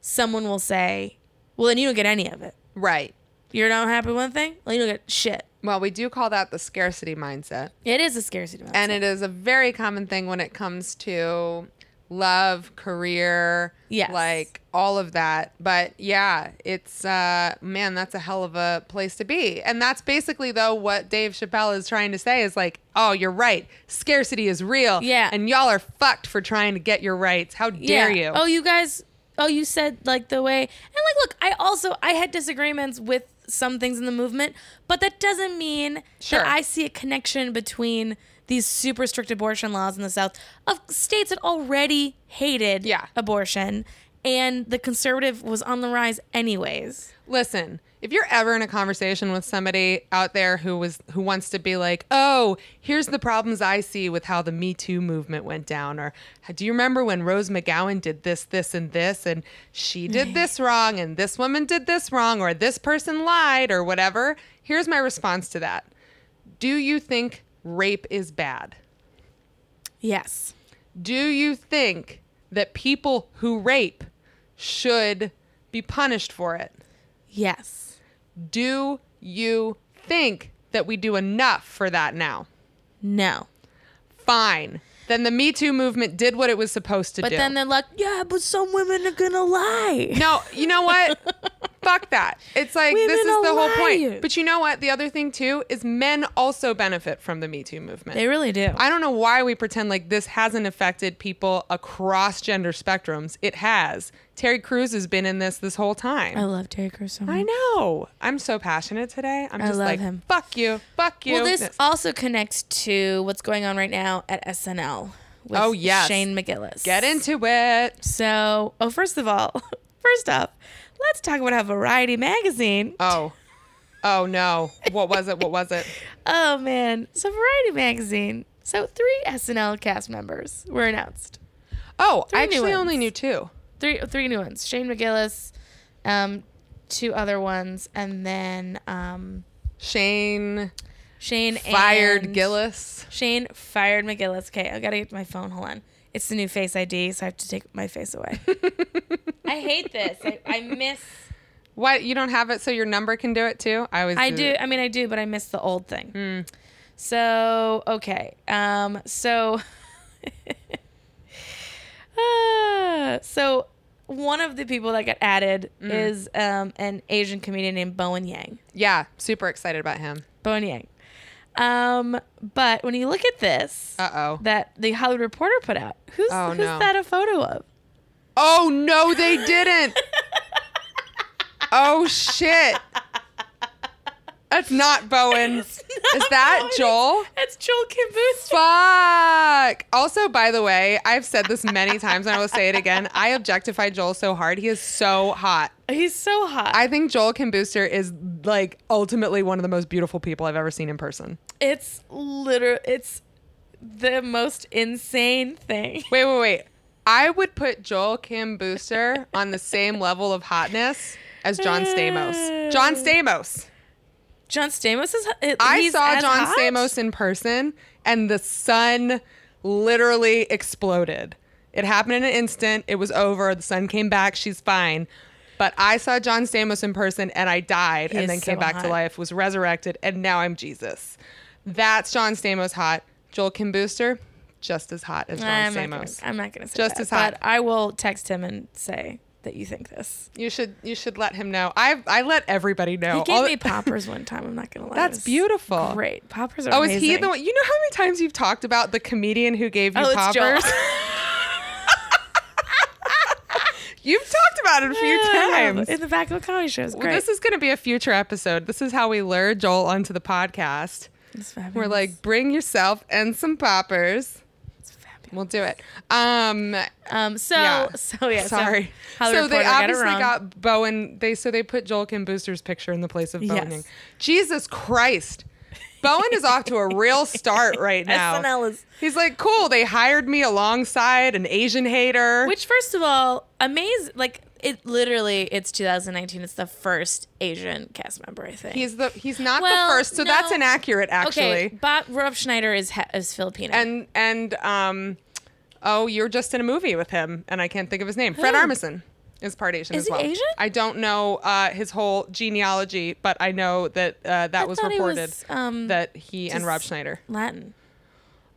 A: someone will say, "Well, then you don't get any of it.
B: right.
A: You're not happy with one thing. Well, you don't get shit."
B: Well, we do call that the scarcity mindset.
A: It is a scarcity mindset.
B: And it is a very common thing when it comes to love, career,
A: Yes.
B: like all of that. But yeah, it's uh man, that's a hell of a place to be. And that's basically though what Dave Chappelle is trying to say is like, "Oh, you're right. Scarcity is real."
A: Yeah.
B: And y'all are fucked for trying to get your rights. How dare
A: Yeah.
B: you?
A: Oh, you guys. Oh, you said like the way and like look. I also I had disagreements with some things in the movement, but that doesn't mean
B: Sure.
A: that I see a connection between these super strict abortion laws in the South of states that already hated
B: Yeah.
A: abortion, and the conservative was on the rise anyways.
B: Listen, if you're ever in a conversation with somebody out there who was who wants to be like, "Oh, here's the problems I see with how the Me Too movement went down," or "Do you remember when Rose McGowan did this, this, and this, and she did this wrong, and this woman did this wrong, or this person lied, or whatever?" Here's my response to that: Do you think rape is bad?
A: Yes.
B: Do you think that people who rape should be punished for it?
A: Yes.
B: Do you think that we do enough for that now?
A: No.
B: Fine. Then the Me Too movement did what it was supposed to
A: But
B: do.
A: then they're like, yeah, but some women are gonna lie.
B: no, you know what? Fuck that. It's like
A: Women
B: this is
A: are
B: the whole
A: liars.
B: point. But you know what? The other thing too is men also benefit from the Me Too movement.
A: They really do.
B: I don't know why we pretend like this hasn't affected people across gender spectrums. It has. Terry Crews has been in this this whole time.
A: I love Terry Crews so much.
B: I know. I'm so passionate today. I'm
A: I
B: just
A: love
B: like,
A: him.
B: fuck you, fuck you.
A: Well, this also connects to what's going on right now at SNL with
B: Oh, yes.
A: Shane McGillis.
B: Get into it.
A: So, oh, first of all, first off, let's talk about how Variety magazine.
B: Oh. Oh no. What was it? What was it?
A: Oh man, so Variety magazine. So three SNL cast members were announced.
B: Oh,
A: Three
B: I
A: new
B: actually only
A: ones.
B: knew two.
A: Three, three new ones. Shane McGillis, um, two other ones, and then um,
B: Shane
A: Shane
B: fired
A: and-
B: Gillis.
A: Shane fired McGillis. Okay, I gotta get to my phone. Hold on. It's the new Face ID, so I have to take my face away. I hate this. I, I miss.
B: What? You don't have it, so your number can do it too. I always.
A: I do.
B: that.
A: I mean, I do, but I miss the old thing. So okay. Um. So. Ah, so, one of the people that got added is um an Asian comedian named Bowen Yang.
B: Yeah, super excited about him.
A: Bowen Yang. Um. But when you look at this.
B: Uh oh.
A: that the Hollywood Reporter put out. Who's,
B: Oh,
A: who's
B: no.
A: that a photo of?
B: Oh no, they didn't. oh shit. That's not Bowen. Is that
A: Bowen.
B: Joel?
A: That's Joel Kim Booster.
B: Fuck. Also, by the way, I've said this many times and I will say it again. I objectify Joel so hard. He is so hot.
A: He's so hot.
B: I think Joel Kim Booster is like ultimately one of the most beautiful people I've ever seen in person.
A: it's literal. It's the most insane thing.
B: Wait, wait, wait. I would put Joel Kim Booster on the same level of hotness as John Stamos. John Stamos.
A: John Stamos is.
B: I
A: he's
B: saw
A: as
B: John
A: hot?
B: Stamos in person and the sun literally exploded. It happened in an instant. It was over. The sun came back. She's fine. But I saw John Stamos in person and I died
A: He
B: and
A: is
B: then came
A: so
B: back to
A: hot.
B: life, was resurrected, and now I'm Jesus. That's John Stamos hot. Joel Kim Booster, just as hot as John
A: I'm not, gonna,
B: Stamos.
A: I'm not gonna say
B: Just
A: that,
B: as hot.
A: But I will text him and say that you think this.
B: You should you should let him know. I I let everybody know.
A: He gave
B: Oh, All
A: me
B: the-
A: poppers one time. I'm not gonna lie. It
B: That's
A: was
B: beautiful.
A: Great poppers are.
B: Oh, is he
A: amazing.
B: the one? You know how many times you've talked about the comedian who gave you
A: Oh, it's Joel.
B: poppers? You've talked about it a few times.
A: in the back of the comedy shows. Great.
B: Well, this is going to be a future episode. This is how we lure Joel onto the podcast.
A: It's fabulous.
B: We're like, bring yourself and some poppers.
A: It's fabulous.
B: We'll do it. Um,
A: Um, so
B: Yeah.
A: so yeah. so
B: sorry.
A: Hollywood
B: so they
A: Reporter got it
B: obviously
A: wrong.
B: got Bowen. They so they put Joel Kim Booster's picture in the place of Bowen.
A: Yes.
B: Jesus Christ. Bowen is off to a real start right now.
A: SNL is-
B: He's like, cool. They hired me alongside an Asian hater.
A: Which, first of all, amaze like it. Literally, it's 2019. It's the first Asian cast member, I think.
B: he's the he's not
A: Well,
B: the first, so that's
A: no.
B: inaccurate actually.
A: okay. Bob Rob Schneider is ha- is Filipino.
B: And and um, oh, you're just in a movie with him, and I can't think of his name. Fred
A: Who?
B: Armisen is part Asian
A: Is
B: as
A: he
B: well.
A: Asian?
B: I don't know uh, his whole genealogy, but I know that uh, that was
A: thought he
B: reported
A: was, um,
B: that he and Rob
A: just-
B: Schneider.
A: Latin.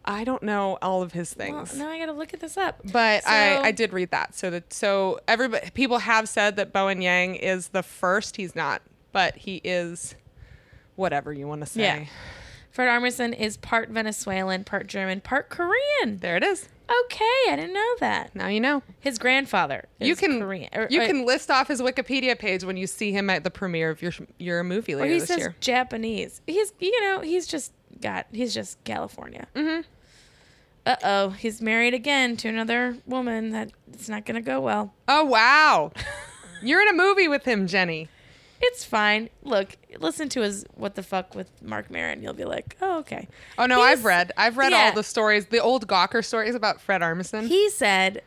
B: I don't know all of his
A: Well,
B: things.
A: now I gotta look at this up.
B: But I,
A: So-
B: I did read that. So that so everybody people have said that Bowen Yang is the first. He's not, but he is whatever you want to say.
A: Yeah. Fred Armisen is part Venezuelan, part German, part Korean.
B: There it is.
A: Okay, I didn't know that.
B: Now you know.
A: His grandfather is
B: you can
A: Korean. or-
B: you
A: or-
B: can list off his Wikipedia page when you see him at the premiere of your sh- your movie
A: or
B: later
A: he
B: this
A: says
B: year.
A: Japanese. He's you know he's just got he's just California. Mm-hmm. Uh oh, he's married again to another woman that it's not gonna go well.
B: Oh wow, you're in a movie with him, Jenny.
A: It's fine. Look, listen to his "What the fuck" with Mark Maron. You'll be like, oh okay.
B: Oh no,
A: He's-
B: I've read I've read
A: yeah.
B: all the stories, the old Gawker stories about Fred Armisen.
A: He said,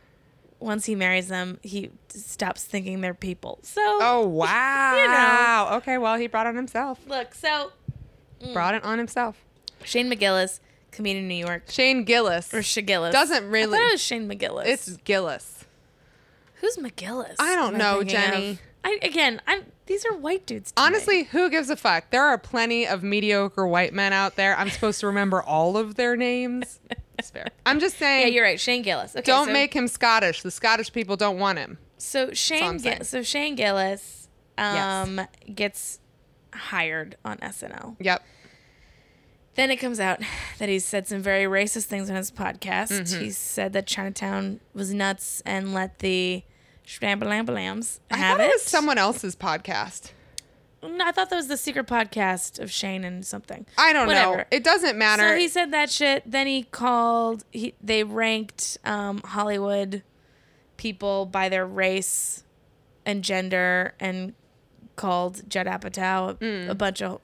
A: once he marries them, he stops thinking they're people. So
B: oh wow, okay, well he brought on himself,
A: look, so Mm.
B: brought it on himself.
A: Shane McGillis, comedian in New York,
B: Shane Gillis
A: or Shagillis.
B: doesn't
A: I
B: really.
A: thought it was Shane McGillis.
B: It's Gillis.
A: Who's McGillis?
B: I don't
A: am
B: know,
A: thinking of?
B: Jenny.
A: I again, I'm these are white dudes. to me.
B: Honestly, who gives a fuck? There are plenty of mediocre white men out there. I'm supposed to remember all of their names. It's fair. I'm just saying.
A: yeah, you're right. Shane Gillis. Okay,
B: Don't
A: so,
B: make him Scottish. The Scottish people don't want him.
A: so Shane.
B: I'm saying.
A: Gi- so Shane Gillis,
B: Yes.
A: um, gets hired on SNL.
B: Yep.
A: Then it comes out that he said some very racist things on his podcast.
B: Mm-hmm.
A: He said that Chinatown was nuts and let the Shrambalambalams
B: I
A: have
B: thought it was someone else's podcast.
A: No, I thought that was the secret podcast of Shane and something.
B: I don't know.
A: Whatever.
B: It doesn't matter.
A: So he said that shit. Then he called. He they ranked um, Hollywood people by their race and gender, and called Judd Apatow a,
B: Mm.
A: a bunch of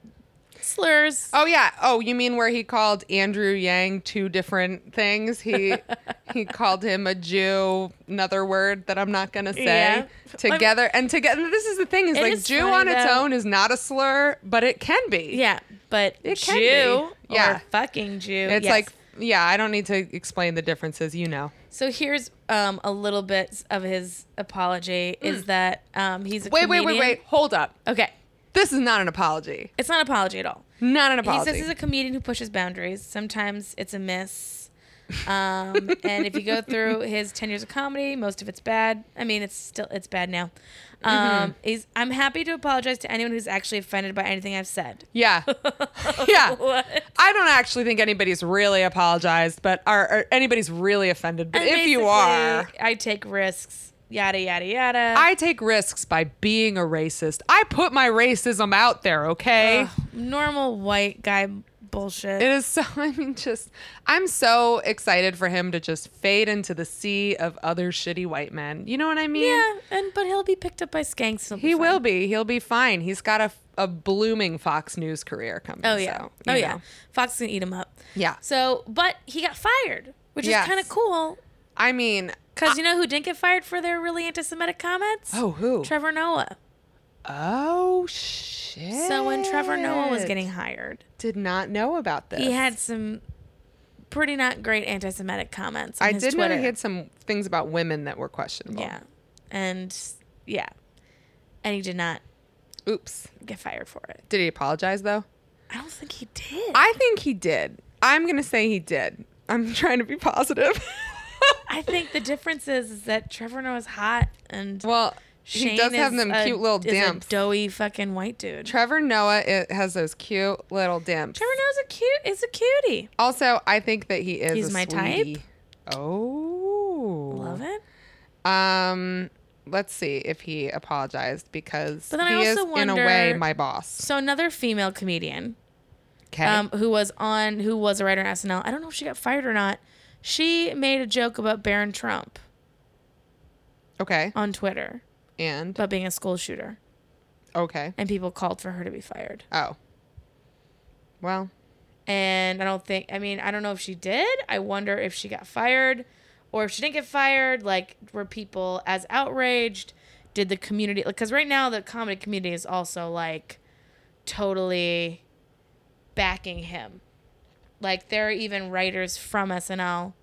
A: slurs.
B: oh yeah. Oh, you mean where he called Andrew Yang two different things? He he called him a Jew, another word that I'm not gonna say.
A: Yeah.
B: Together and together. This is the thing. Is
A: It
B: like
A: is
B: Jew
A: funny,
B: on its
A: though.
B: own is not a slur, but it can be.
A: Yeah, but
B: It can
A: Jew
B: be. Yeah.
A: or fucking Jew.
B: It's
A: yes.
B: like yeah. I don't need to explain the differences. You know.
A: so. Here's um, a little bit of his apology. Is that um, he's a
B: Mm. Wait, wait, wait,
A: comedian-
B: wait. Hold up.
A: Okay,
B: This is not an apology.
A: it's not an apology at all.
B: Not an apology.
A: He says he's a comedian who pushes boundaries. Sometimes it's a miss. Um, and if you go through his 10 years of comedy, most of it's bad. I mean, it's still it's bad now.
B: Mm-hmm.
A: Um, he's, I'm happy to apologize to anyone who's actually offended by anything I've said.
B: yeah. Yeah.
A: What?
B: I don't actually think anybody's really apologized, but or, or anybody's really offended. But
A: And
B: if you
A: basically,
B: are,
A: I take risks. Yada yada yada.
B: I take risks by being a racist. I put my racism out there, okay?
A: Ugh, normal white guy bullshit.
B: It is so, I mean, just, I'm so excited for him to just fade into the sea of other shitty white men. You know what I mean?
A: yeah, and but he'll be picked up by skanks.
B: He will be. He'll be fine. He's got a, a blooming Fox News career coming.
A: Oh yeah.
B: so,
A: oh
B: you
A: yeah.
B: know.
A: Fox is gonna eat him up.
B: Yeah.
A: So, but he got fired, which
B: Yes.
A: is kind of cool.
B: I mean,
A: Because you know who didn't get fired for their really anti-Semitic comments?
B: oh, who?
A: Trevor Noah.
B: oh, shit.
A: So when Trevor Noah was getting hired,
B: Did not know about this.
A: he had some pretty not great anti-Semitic comments. On
B: I
A: his
B: did
A: Twitter.
B: know he had some things about women that were questionable.
A: Yeah, and yeah, and he did not
B: Oops.
A: get fired for it.
B: Did he apologize though?
A: I don't think he did. I,
B: I think he did. I'm gonna say he did. I'm trying to be positive.
A: think the difference is, is that Trevor Noah is hot and
B: well,
A: Shane
B: he does have
A: is
B: them
A: a-
B: cute little
A: is a
B: dimps.
A: doughy fucking white dude.
B: Trevor Noah i has those cute little dimps.
A: Trevor Noah's a cute. Is a cutie.
B: Also, I think that he is.
A: He's
B: a
A: my type.
B: sweetie. Oh,
A: Love it.
B: Um, let's see if he apologized because
A: But then I
B: he is
A: also
B: in a way
A: wonder-
B: my boss.
A: So another female comedian
B: Okay.
A: um, who was on who was a writer on SNL. I don't know if she got fired or not. She made a joke about Barron Trump
B: Okay.
A: on Twitter
B: And
A: about being a school shooter,
B: okay.
A: and people called for her to be fired.
B: Oh. Well,
A: And I don't think, I mean, I don't know if she did. I wonder if she got fired or if she didn't get fired. Like, were people as outraged? Did the community, because right now the comedy community is also like totally backing him. Like, there are even writers from SNL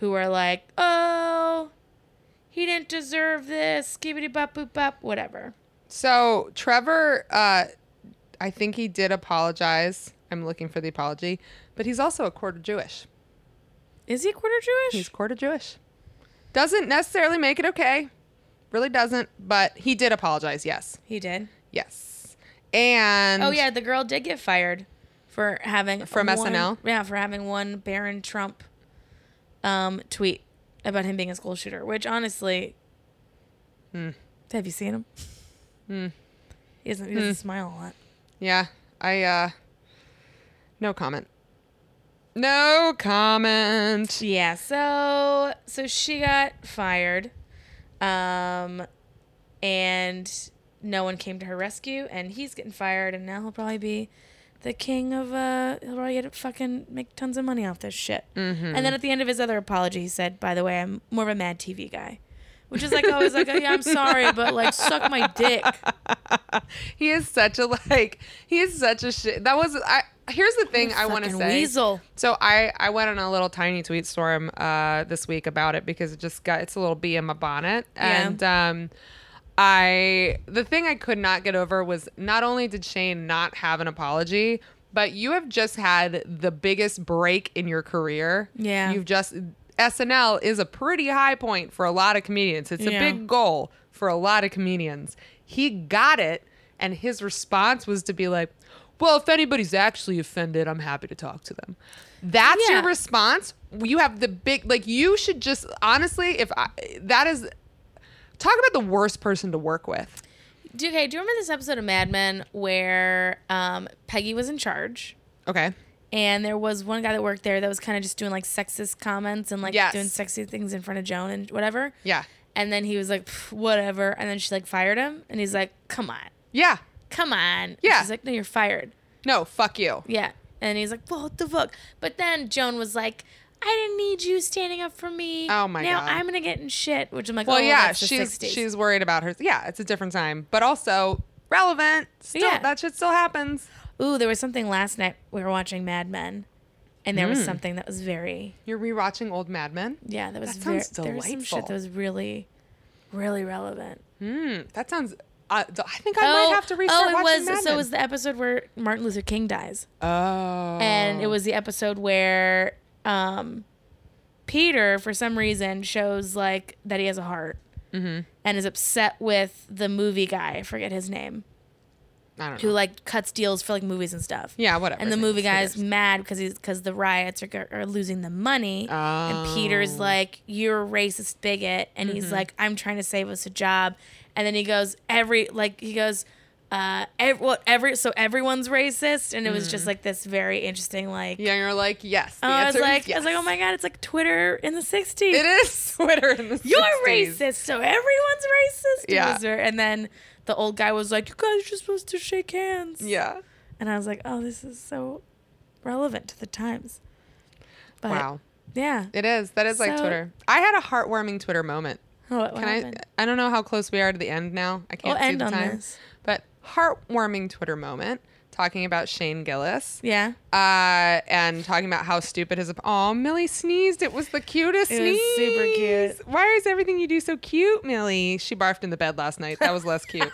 A: who are like, oh, he didn't deserve this, skibbity bop boop bop, whatever.
B: so Trevor, uh, I think he did apologize. I'm looking for the apology, but he's also a quarter Jewish.
A: Is he quarter Jewish?
B: He's quarter Jewish. Doesn't necessarily make it okay. Really doesn't, but he did apologize. Yes.
A: he did.
B: Yes. And
A: Oh yeah, the girl did get fired for having
B: From
A: one-
B: SNL?
A: Yeah, for having one Barron Trump um, tweet about him being a school shooter. Which honestly,
B: Hmm.
A: have you seen him? He doesn't. He doesn't
B: Hmm.
A: smile a lot.
B: Yeah. I uh no comment. No comment.
A: Yeah. So so she got fired, um, and no one came to her rescue, and he's getting fired, and now he'll probably be the king of uh he'll probably get fucking make tons of money off this shit. And then at the end of his other apology, he said, "By the way, I'm more of a mad TV guy." Which is like always like, oh, yeah, I'm sorry, but like, suck my dick.
B: He is such a like he is such a shit. That was I here's the thing I want to
A: Fucking
B: say.
A: weasel.
B: So I I went on a little tiny tweet storm uh this week about it because it just got it's a little bee in my bonnet
A: Yeah.
B: and um I the thing I could not get over was not only did Shane not have an apology but you have just had the biggest break in your career.
A: Yeah.
B: You've just SNL is a pretty high point for a lot of comedians. It's
A: Yeah.
B: a big goal for a lot of comedians. He got it, and his response was to be like, "Well, if anybody's actually offended, I'm happy to talk to them." That's
A: Yeah.
B: your response. You have the big like. You should just honestly, if I, that is, talk about the worst person to work with.
A: Do, okay, do you remember this episode of Mad Men where um, Peggy was in charge?
B: Okay.
A: and there was one guy that worked there that was kind of just doing like sexist comments and like
B: Yes.
A: doing sexy things in front of Joan and whatever.
B: Yeah.
A: And then he was like, "Pff, whatever. And then she like fired him, and he's like, come on,
B: Yeah.
A: come on. And
B: Yeah.
A: She's like, no, you're fired.
B: No. Fuck you.
A: Yeah. And he's like, well, what the fuck? But then Joan was like, I didn't need you standing up for me.
B: Oh my
A: now
B: God.
A: I'm gonna get in shit, which I'm like,
B: Well,
A: oh
B: yeah,
A: that's the
B: she's
A: 60s.
B: she's worried about her. Yeah, it's a different time, but also relevant. Still,
A: Yeah.
B: that shit still happens.
A: Ooh, there was something last night we were watching Mad Men, and there
B: Mm.
A: was something that was very
B: You're rewatching old Mad Men.
A: Yeah, that was
B: That
A: very,
B: sounds
A: there was some shit that
B: delightful.
A: was really, really relevant.
B: That sounds. Uh, th- I think I might have to restart
A: oh, it
B: watching
A: was
B: Mad
A: so it
B: Men.
A: was the episode where Martin Luther King dies,
B: oh,
A: and it was the episode where um, Peter, for some reason, shows like that he has a heart,
B: Mm-hmm.
A: and is upset with the movie guy. I forget his name,
B: I don't
A: who
B: know.
A: like cuts deals for like movies and stuff.
B: Yeah, whatever.
A: And the
B: his name
A: movie
B: is, who
A: guy is
B: cares?
A: mad because he's because the riots are, go- are losing the money, and
B: Oh.
A: Peter's like, "You're a racist bigot," and
B: Mm-hmm.
A: he's like, "I'm trying to save us a job," and then he goes, "Every like he goes, uh, every, well, every so everyone's racist," and it was just like this very interesting like.
B: Mm. Yeah, you're like yes. The
A: Oh, I was
B: answer is
A: like, I was like,
B: yes.
A: oh my god, it's like Twitter in the '60s.
B: It is Twitter in the
A: You're
B: 60s.
A: racist, so everyone's racist. It
B: Yeah.
A: was very- And then the old guy was like, you guys are just supposed to shake hands.
B: Yeah.
A: And I was like, oh, this is so relevant to the times. But
B: Wow.
A: yeah.
B: It is. That is like
A: So-
B: Twitter. I had a heartwarming Twitter moment.
A: Oh, what, what
B: Can I?
A: happened?
B: I don't know how close we are to the end now. I can't
A: We'll
B: see
A: end
B: the
A: on
B: time.
A: this.
B: But heartwarming Twitter moment. Talking about Shane Gillis.
A: Yeah.
B: uh, and talking about how stupid his. Oh, Millie sneezed. It was the cutest
A: It was
B: sneeze.
A: super cute.
B: Why is everything you do so cute, Millie? She barfed in the bed last night. That was less cute.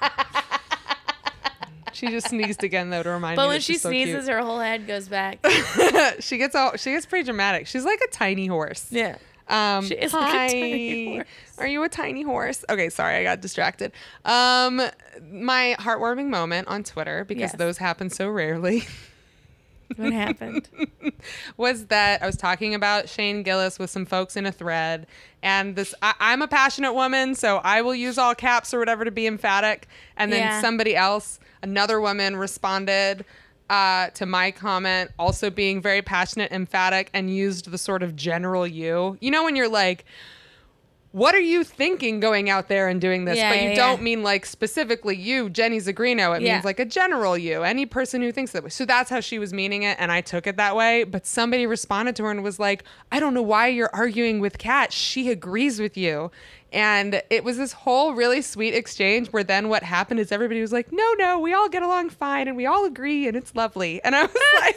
B: she just sneezed again though to remind me.
A: But when
B: that
A: she
B: she's so
A: sneezes, her whole head goes back.
B: cute. she gets all. She gets pretty dramatic. She's like a tiny horse.
A: yeah.
B: Um,
A: She is like a
B: hi.
A: tiny horse.
B: Are you a tiny horse? Okay, sorry, I got distracted. Um, my heartwarming moment on Twitter because
A: Yes.
B: those happen so rarely.
A: What happened?
B: was that I was talking about Shane Gillis with some folks in a thread, and this I, I'm a passionate woman, so I will use all caps or whatever to be emphatic. And then
A: Yeah.
B: somebody else, another woman, responded uh, to my comment also being very passionate, emphatic, and used the sort of general you. You know, when you're like, what are you thinking going out there and doing this?
A: Yeah,
B: but you
A: yeah,
B: don't
A: yeah.
B: mean like specifically you, Jenny Zagrino. It
A: Yeah.
B: means like a general you, any person who thinks that way. So that's how she was meaning it. And I took it that way. But somebody responded to her and was like, I don't know why you're arguing with Kat. She agrees with you. And it was this whole really sweet exchange where then what happened is everybody was like, no, no, we all get along fine and we all agree and it's lovely. And I was like,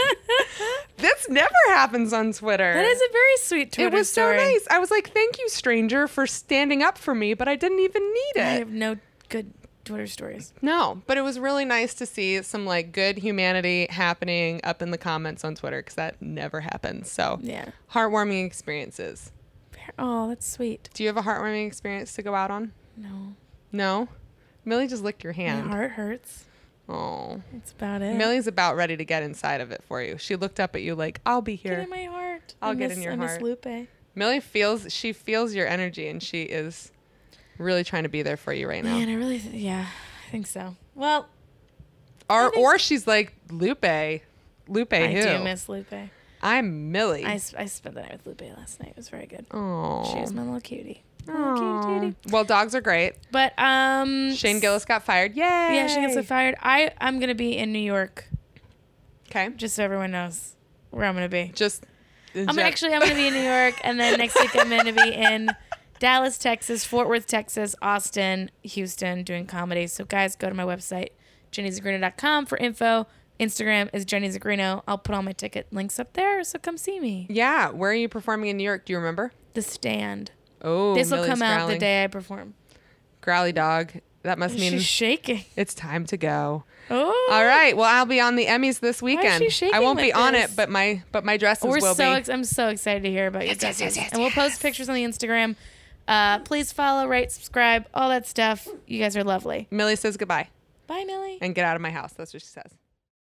B: this never happens on Twitter.
A: That is a very sweet Twitter
B: It was
A: story.
B: so nice. I was like, thank you, stranger, for standing up for me, but I didn't even need
A: I
B: it.
A: have no good Twitter stories.
B: No, but it was really nice to see some like good humanity happening up in the comments on Twitter because that never happens. So,
A: Yeah.
B: heartwarming experiences.
A: Oh, that's sweet.
B: Do you have a heartwarming experience to go out on?
A: No,
B: No? Millie just licked your
A: my
B: hand.
A: heart hurts.
B: Oh.
A: That's about it.
B: Millie's about ready to get inside of it for you. She looked up at you like, I'll be
A: Get
B: here.
A: in my heart.
B: I'll
A: I
B: get
A: miss,
B: in your
A: I miss
B: heart.
A: Lupe.
B: Millie feels she feels your energy and she is really trying to be there for you right now.
A: Man, I really, th- yeah, I think so. Well,
B: Or or she's like Lupe. Lupe
A: I
B: who?
A: do miss Lupe. I,
B: I'm Millie.
A: s- I spent the night with Lupe last night. It was very good.
B: Oh.
A: She was my little cutie. My little cutie cutie.
B: Well, dogs are great.
A: But um,
B: Shane
A: s-
B: Gillis got fired. Yay.
A: Yeah, Shane gets fired. I I'm gonna be in New York,
B: Okay.
A: just so everyone knows where I'm gonna be.
B: Just
A: I'm gonna- actually I'm gonna be in New York, and then next week I'm gonna be in Dallas, Texas, Fort Worth, Texas, Austin, Houston, doing comedy. So guys, go to my website, jennyzagrino.com for info. Instagram is Jenny Zagrino. I'll put all my ticket links up there, so come see me.
B: Yeah, where are you performing in New York? Do you remember?
A: The Stand.
B: Oh,
A: This will
B: Millie's
A: come out the
B: growling.
A: day I perform.
B: Growly dog. That must mean
A: She's shaking.
B: it's time to go.
A: Oh,
B: All right. Well, I'll be on the Emmys this
A: is
B: weekend.
A: she shaking
B: I won't be
A: like
B: on
A: this?
B: it, but my but my dresses
A: We're
B: will
A: so
B: be.
A: ex- I'm so excited to hear about your
B: yes,
A: dresses.
B: yes, yes,
A: and we'll post pictures on the Instagram. Uh, please follow, rate, subscribe, all that stuff. You guys are lovely.
B: Millie says goodbye
A: Bye, Millie.
B: and get out of my house. That's what she says.